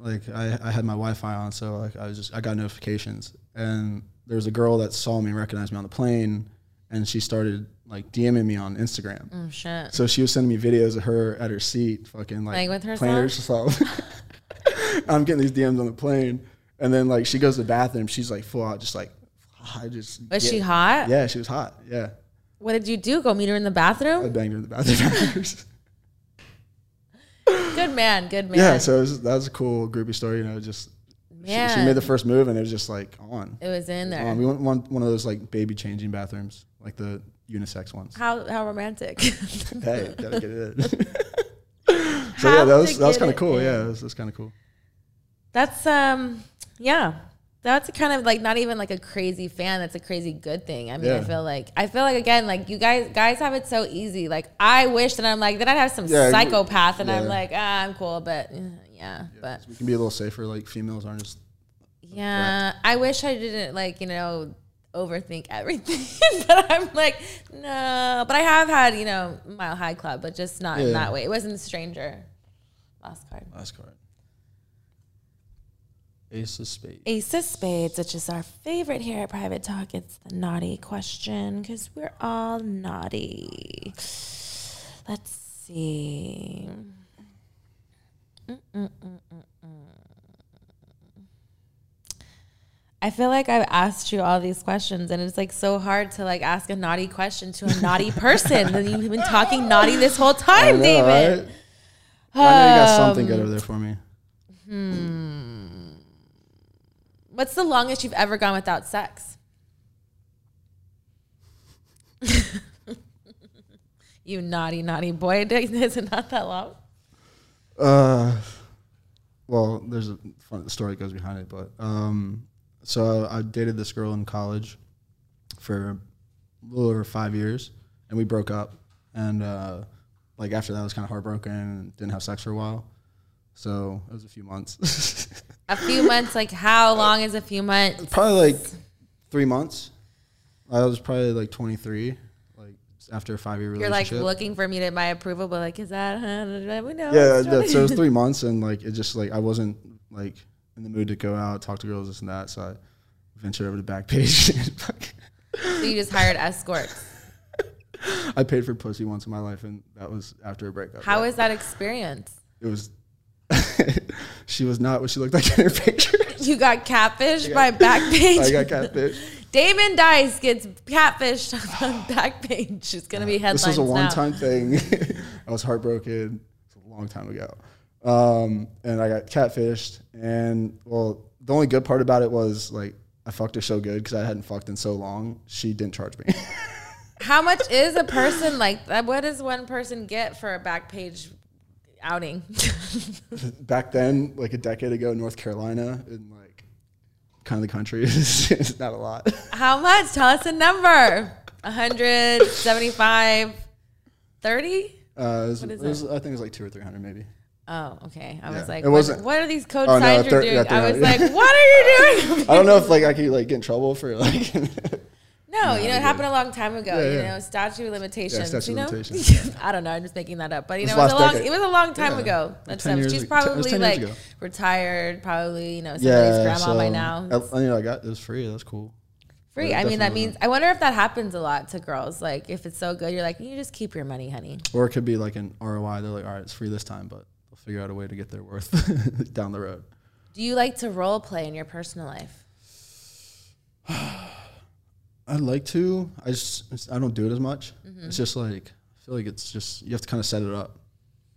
like I, I had my Wi-Fi on, so like I was just I got notifications, and there was a girl that saw me, recognized me on the plane, and she started like DMing me on Instagram.
Oh, shit.
So she was sending me videos of her at her seat, fucking like,
Like with
playing herself. [laughs] I'm getting these DMs on the plane, and then like she goes to the bathroom, she's like full out, just like I just.
Was
yeah.
she hot?
Yeah, she was hot. Yeah,
What did you do? Go meet her in the
I
bathroom?
banged her in the bathroom. [laughs] afterwards.
Good man. Good man.
Uh, yeah, so it was, that was a cool groupie story. You know, just she, she
Man.
made the first move, and it was just like on.
it was in there.
on. We went one one of those like baby changing bathrooms, like the unisex ones.
how how romantic. [laughs]
[laughs] hey, gotta get it. in. [laughs] so yeah,
Have
that
to
was that was
get
kind
it
of cool. Yeah,
in.
that was, that was kind of cool.
That's um yeah. That's kind of like not even like a crazy fan. That's a crazy good thing. I mean, I
Yeah.
feel like I feel like again, like you guys guys have it so easy. Like I wish that I'm like that I'd have some
Yeah, you-
psychopath and I'm
yeah.
like, ah, I'm cool, but eh, yeah, but
We can be a little safer. Like females aren't just
Yeah, I wish I didn't like you know overthink everything, [laughs] but I'm like no. But I have had you know Mile High Club, but just not in
Yeah.
that way. It wasn't a stranger. Last card.
last card. Ace of spades.
Ace of Spades, which is our favorite here at Private Talk. It's the naughty question because we're all naughty. Let's see. I feel like I've asked you all these questions, and it's like so hard to like ask a naughty question to a
[laughs]
naughty person. And you've been talking naughty this whole time, David.
right? I know you got
Um,
something good over there for me.
What's the longest you've ever gone without sex? [laughs] you naughty, naughty boy. [laughs] Is it not that long?
Uh, well, there's a fun story that goes behind it, but um, so I dated this girl in college for a little over five years, and we broke up. And uh, like after that, I was kind of heartbroken and didn't have sex for a while. So it was a few months, [laughs]
A few months, like how long is a few months?
probably like three months. I was probably like 23, like after a five year
You're
relationship.
like looking for me to my approval, but like, is that, [laughs] huh? we know.
yeah,
it's
that, so it was
naughty.
three months, and like it just like I wasn't like in the mood to go out, talk to girls, this and that. So I ventured over to Backpage. [laughs] and fucking-
So you just hired escorts.
I paid for pussy once in my life, and that was after a breakup.
How
Yeah.
was that experience?
it was? [laughs] she was not what she looked like in her [laughs] pictures.
You got catfished by Backpage.
[laughs] I got catfish.
Damon Dice gets catfished [laughs] on Backpage. It's gonna be headlines
This was a
now.
one-time thing. [laughs] I was heartbroken. It's a long time ago, um, and I got catfished. And well, the only good part about it was like I fucked her so good because I hadn't fucked in so long. She didn't charge me. [laughs]
How much is a person like that? What does one person get for a back page outing? [laughs]
back then, like a decade ago, North Carolina and like kind of the country [laughs] is is not a lot.
How much? Tell us a number. 175, 30?
Uh, it
is
was, it was- I think it was like two or three hundred, maybe.
Oh, okay. I
Yeah.
was like,
It
what,
wasn't-
what are these code
Oh, no,
signs you're
thir- yeah,
doing? I was
30.
like, what are you
[laughs]
doing?
I don't know if like I could like get in trouble for like. [laughs]
No, you know, it happened a long time ago.
Yeah,
you
yeah.
know, statute of limitations.
Yeah, statute
you know,
of limitations.
[laughs] I don't know. I'm just making that up, but you
It
know, it was
was
a
last
long,
decade.
it was a long time
Yeah.
ago.
Like
That's
10 years
She's
ago. It was
probably
10 years
like
ago.
retired, probably you know somebody's
yeah,
grandma
so,
by now.
I, you know, I got it was free. That's cool.
Free.
Yeah,
I mean, that
definitely.
means I wonder if that happens a lot to girls. Like, if it's so good, you're like, you just keep your money, honey.
Or it could be like an ROI. They're like, all right, it's free this time, but they'll figure out a way to get their worth [laughs] down the road.
Do you like to role play in your personal life?
I'd like to. I just I don't do it as much.
Mm-hmm.
It's just like I feel like it's just you have to kind of set it up.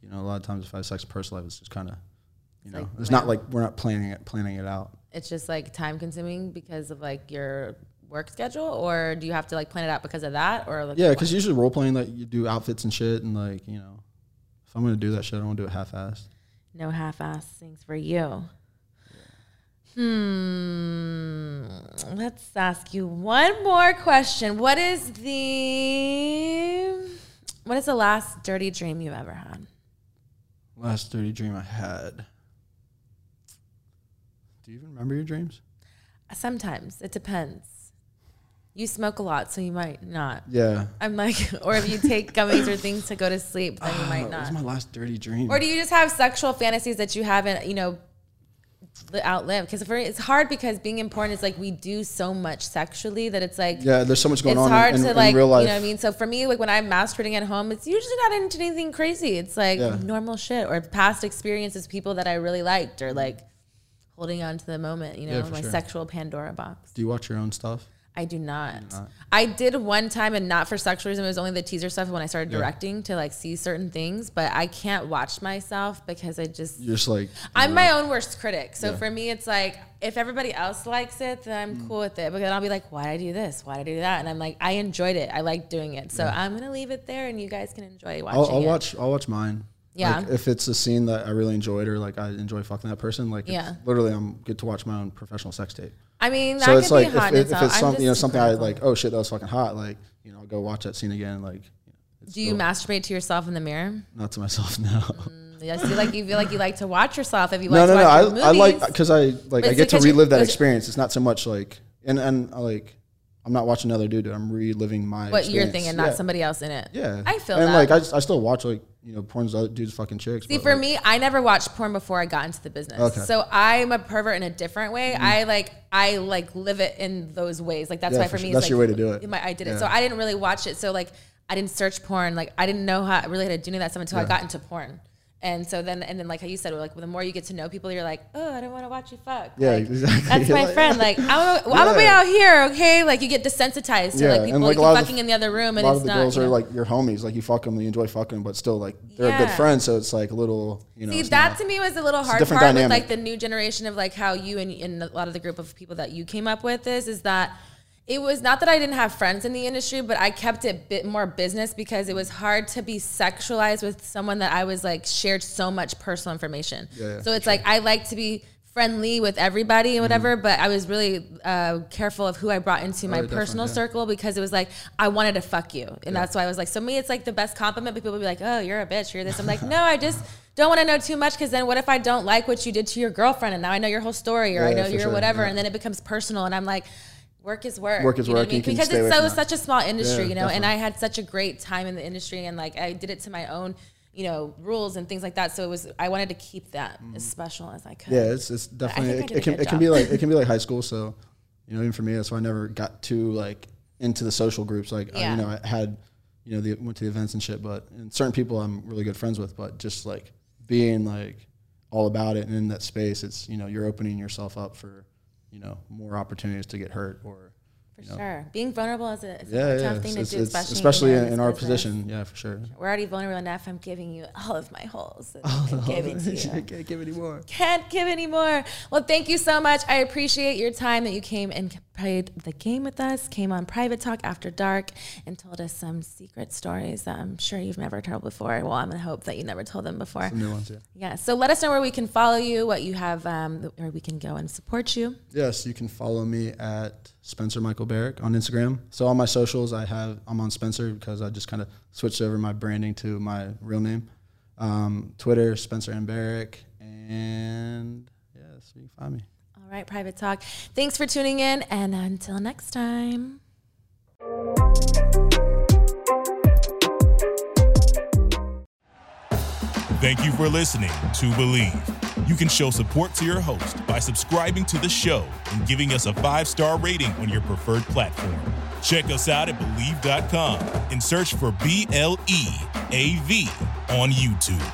You know, a lot of times if I have sex in personal life, it's just kind of you know,
like
it's not like we're not planning it planning it out.
It's just like time consuming because of like your work schedule, or do you have to like plan it out because of that, or like
Yeah, because usually role playing like you do outfits and shit, and like you know, if I'm gonna do that shit, I don't want to do it half assed.
no half-ass things for you? Hmm. Let's ask you one more question. What is the what is the last dirty dream you ever had?
Last dirty dream I had. Do you even remember your dreams?
Sometimes it depends. you smoke a lot, so you might not.
Yeah.
I'm like, [laughs] or if you take gummies or things to go to sleep, then you
[sighs]
might
That was
not.
my last dirty dream.
Or do you just have sexual fantasies that you haven't, you know, li- outlived? Because it's hard because being in porn is like we do so much sexually that it's like
yeah, there's so much going
it's
on
hard
in, in-
to
in
like
real life.
you know what I mean. So for me, like when I'm masturbating at home, it's usually not into anything crazy. It's like
Yeah.
normal shit or past experiences, with people that I really liked, or like holding on to the moment. You know,
Yeah, for
my
sure.
sexual Pandora box.
Do you watch your own stuff?
I do not. I did one time, and not for sexual reason. It was only the teaser stuff when I started
Yeah.
directing to like see certain things, but I can't watch myself because I just
You're just like
I'm my own worst critic. So
Yeah. Mm.
for me, it's like if everybody else likes it, then I'm cool with it. But then I'll be like, why did I do this? Why did I do that? And I'm like, I enjoyed it. I like doing it. So I'm gonna leave it there, and you guys can enjoy watching.
I'll, I'll
it.
watch. I'll watch mine.
Yeah.
Like, if it's a scene that I really enjoyed or like I enjoy fucking that person, like it's
Yeah.
literally I'm get to watch my own professional sex tape.
I mean, that
so
could
it's like
be
if,
hot. in
if, if
itself.
it's
I'm
something you know
just
something I
critical.
like, oh shit, that was fucking hot. Like you know, I'll go watch that scene again. Like
Do you masturbate to yourself in the mirror?
not to [laughs] myself now.
I see, like you feel like you like to watch yourself. If you
no,
like
no,
Mm, to
no.
watch your
I, I like
movies.
because I like I
it's
get to
because you-
relive that
because-
experience. It's not so much like and and uh, like I'm not watching another dude. do it. I'm reliving my
what you're
experience.
thinking, not
Yeah.
somebody else in it.
Yeah,
I feel
and
that.
like I, just, I still watch like you know porn's other dudes fucking chicks.
See,
but,
for
like,
me, I never watched porn before I got into the business.
Okay. Mm.
So I'm a pervert in a different way. I like I like live it in those ways. Like that's
Yeah,
why
for
for
sure.
me,
That's
it's
your
like,
way to do it.
My, I did
Yeah.
it. So I didn't really watch it. So like I didn't search porn. Like I didn't know how really how to do any of that stuff until I got into porn. And so then, and then, like how you said, like the more you get to know people, you're like, oh, I don't want to watch you fuck.
Yeah, [laughs]
Like,
exactly.
That's my
Like-
friend. Like I'm, a, well, I'm a
Yeah.
way out here, okay? Like you get desensitized to
Yeah,
like
and,
people
like,
like,
a lot of the-
fucking in the other room,
a
and
lot
it's
of the
not.
girls
you
are
know?
like your homies. Like you fuck them, you enjoy fucking them, but still like they're a good
Yeah.
friend. So it's like a little you know.
See,
it's
that
not-
to me was a little
a
hard
different
part with
dynamic.
like the new generation of like how you and, and a lot of the group of people that you came up with is is that it was not that I didn't have friends in the industry, but I kept it bit more business because it was hard to be sexualized with someone that I was like shared so much personal information.
Yeah, Mm-hmm.
so it's like I like to be friendly with everybody and whatever, but I was really uh, careful of who I brought into my
definitely,
personal
Oh, yeah.
circle because it was like I wanted to fuck you, and that's why I was like. So me, it's like the best compliment. People would be like, "Oh, you're a bitch. You're this." I'm like, "No, I just don't want to know too much because then what if I don't like what you did to your girlfriend, and now I know your whole story, or I
Yeah,
know
for
your
sure,
whatever,
yeah.
and then it becomes personal." And I'm like. Work is work.
Work is
you know what
work,
I
you
mean?
can
Because
stay away
it's
from
so
that.
such a small industry,
Yeah,
you know. And
definitely.
I had such a great time in the industry, and like I did it to my own, you know, rules and things like that. So it was I wanted to keep that as special as I could.
Mm. yeah, it's it's definitely
think I
it,
did a
it can
good
it can
job.
be like it can be like high school. So you know, even for me, that's why I never got too like into the social groups. Like I,
Yeah.
you know, I had you know the went to the events and shit, but and certain people I'm really good friends with, but just like being like all about it and in that space, it's you know you're opening yourself up for you know more opportunities to get hurt or
For sure. Being vulnerable is a, is
yeah,
a
yeah,
tough thing
it's-
to do,
it's-
especially,
especially
you know,
in,
this
in our
business.
position. Yeah, for sure.
We're already vulnerable enough. I'm giving you all of my holes. and I gave it [laughs] to you.
can't give anymore.
Can't give any more. Well, thank you so much. I appreciate your time that you came and played the game with us, came on Private Talk After Dark, and told us some secret stories that I'm sure you've never told before. Well, I'm going to hope that you never told them before.
New ones, yeah.
Yeah. So let us know where we can follow you, what you have, um, where we can go and support you.
Yes, you can follow me at Spencer Michael Barrick on Instagram. So all my socials, I have I'm on Spencer because I just kind of switched over my branding to my real name. Um, Twitter, Spencer and Barrick, and yes, you can find me.
All right, Private Talk. Thanks for tuning in, and until next time.
Thank you for listening to Believe. You can show support to your host by subscribing to the show and giving us a five star rating on your preferred platform. Check us out at Believe.com and search for B L E A V on YouTube.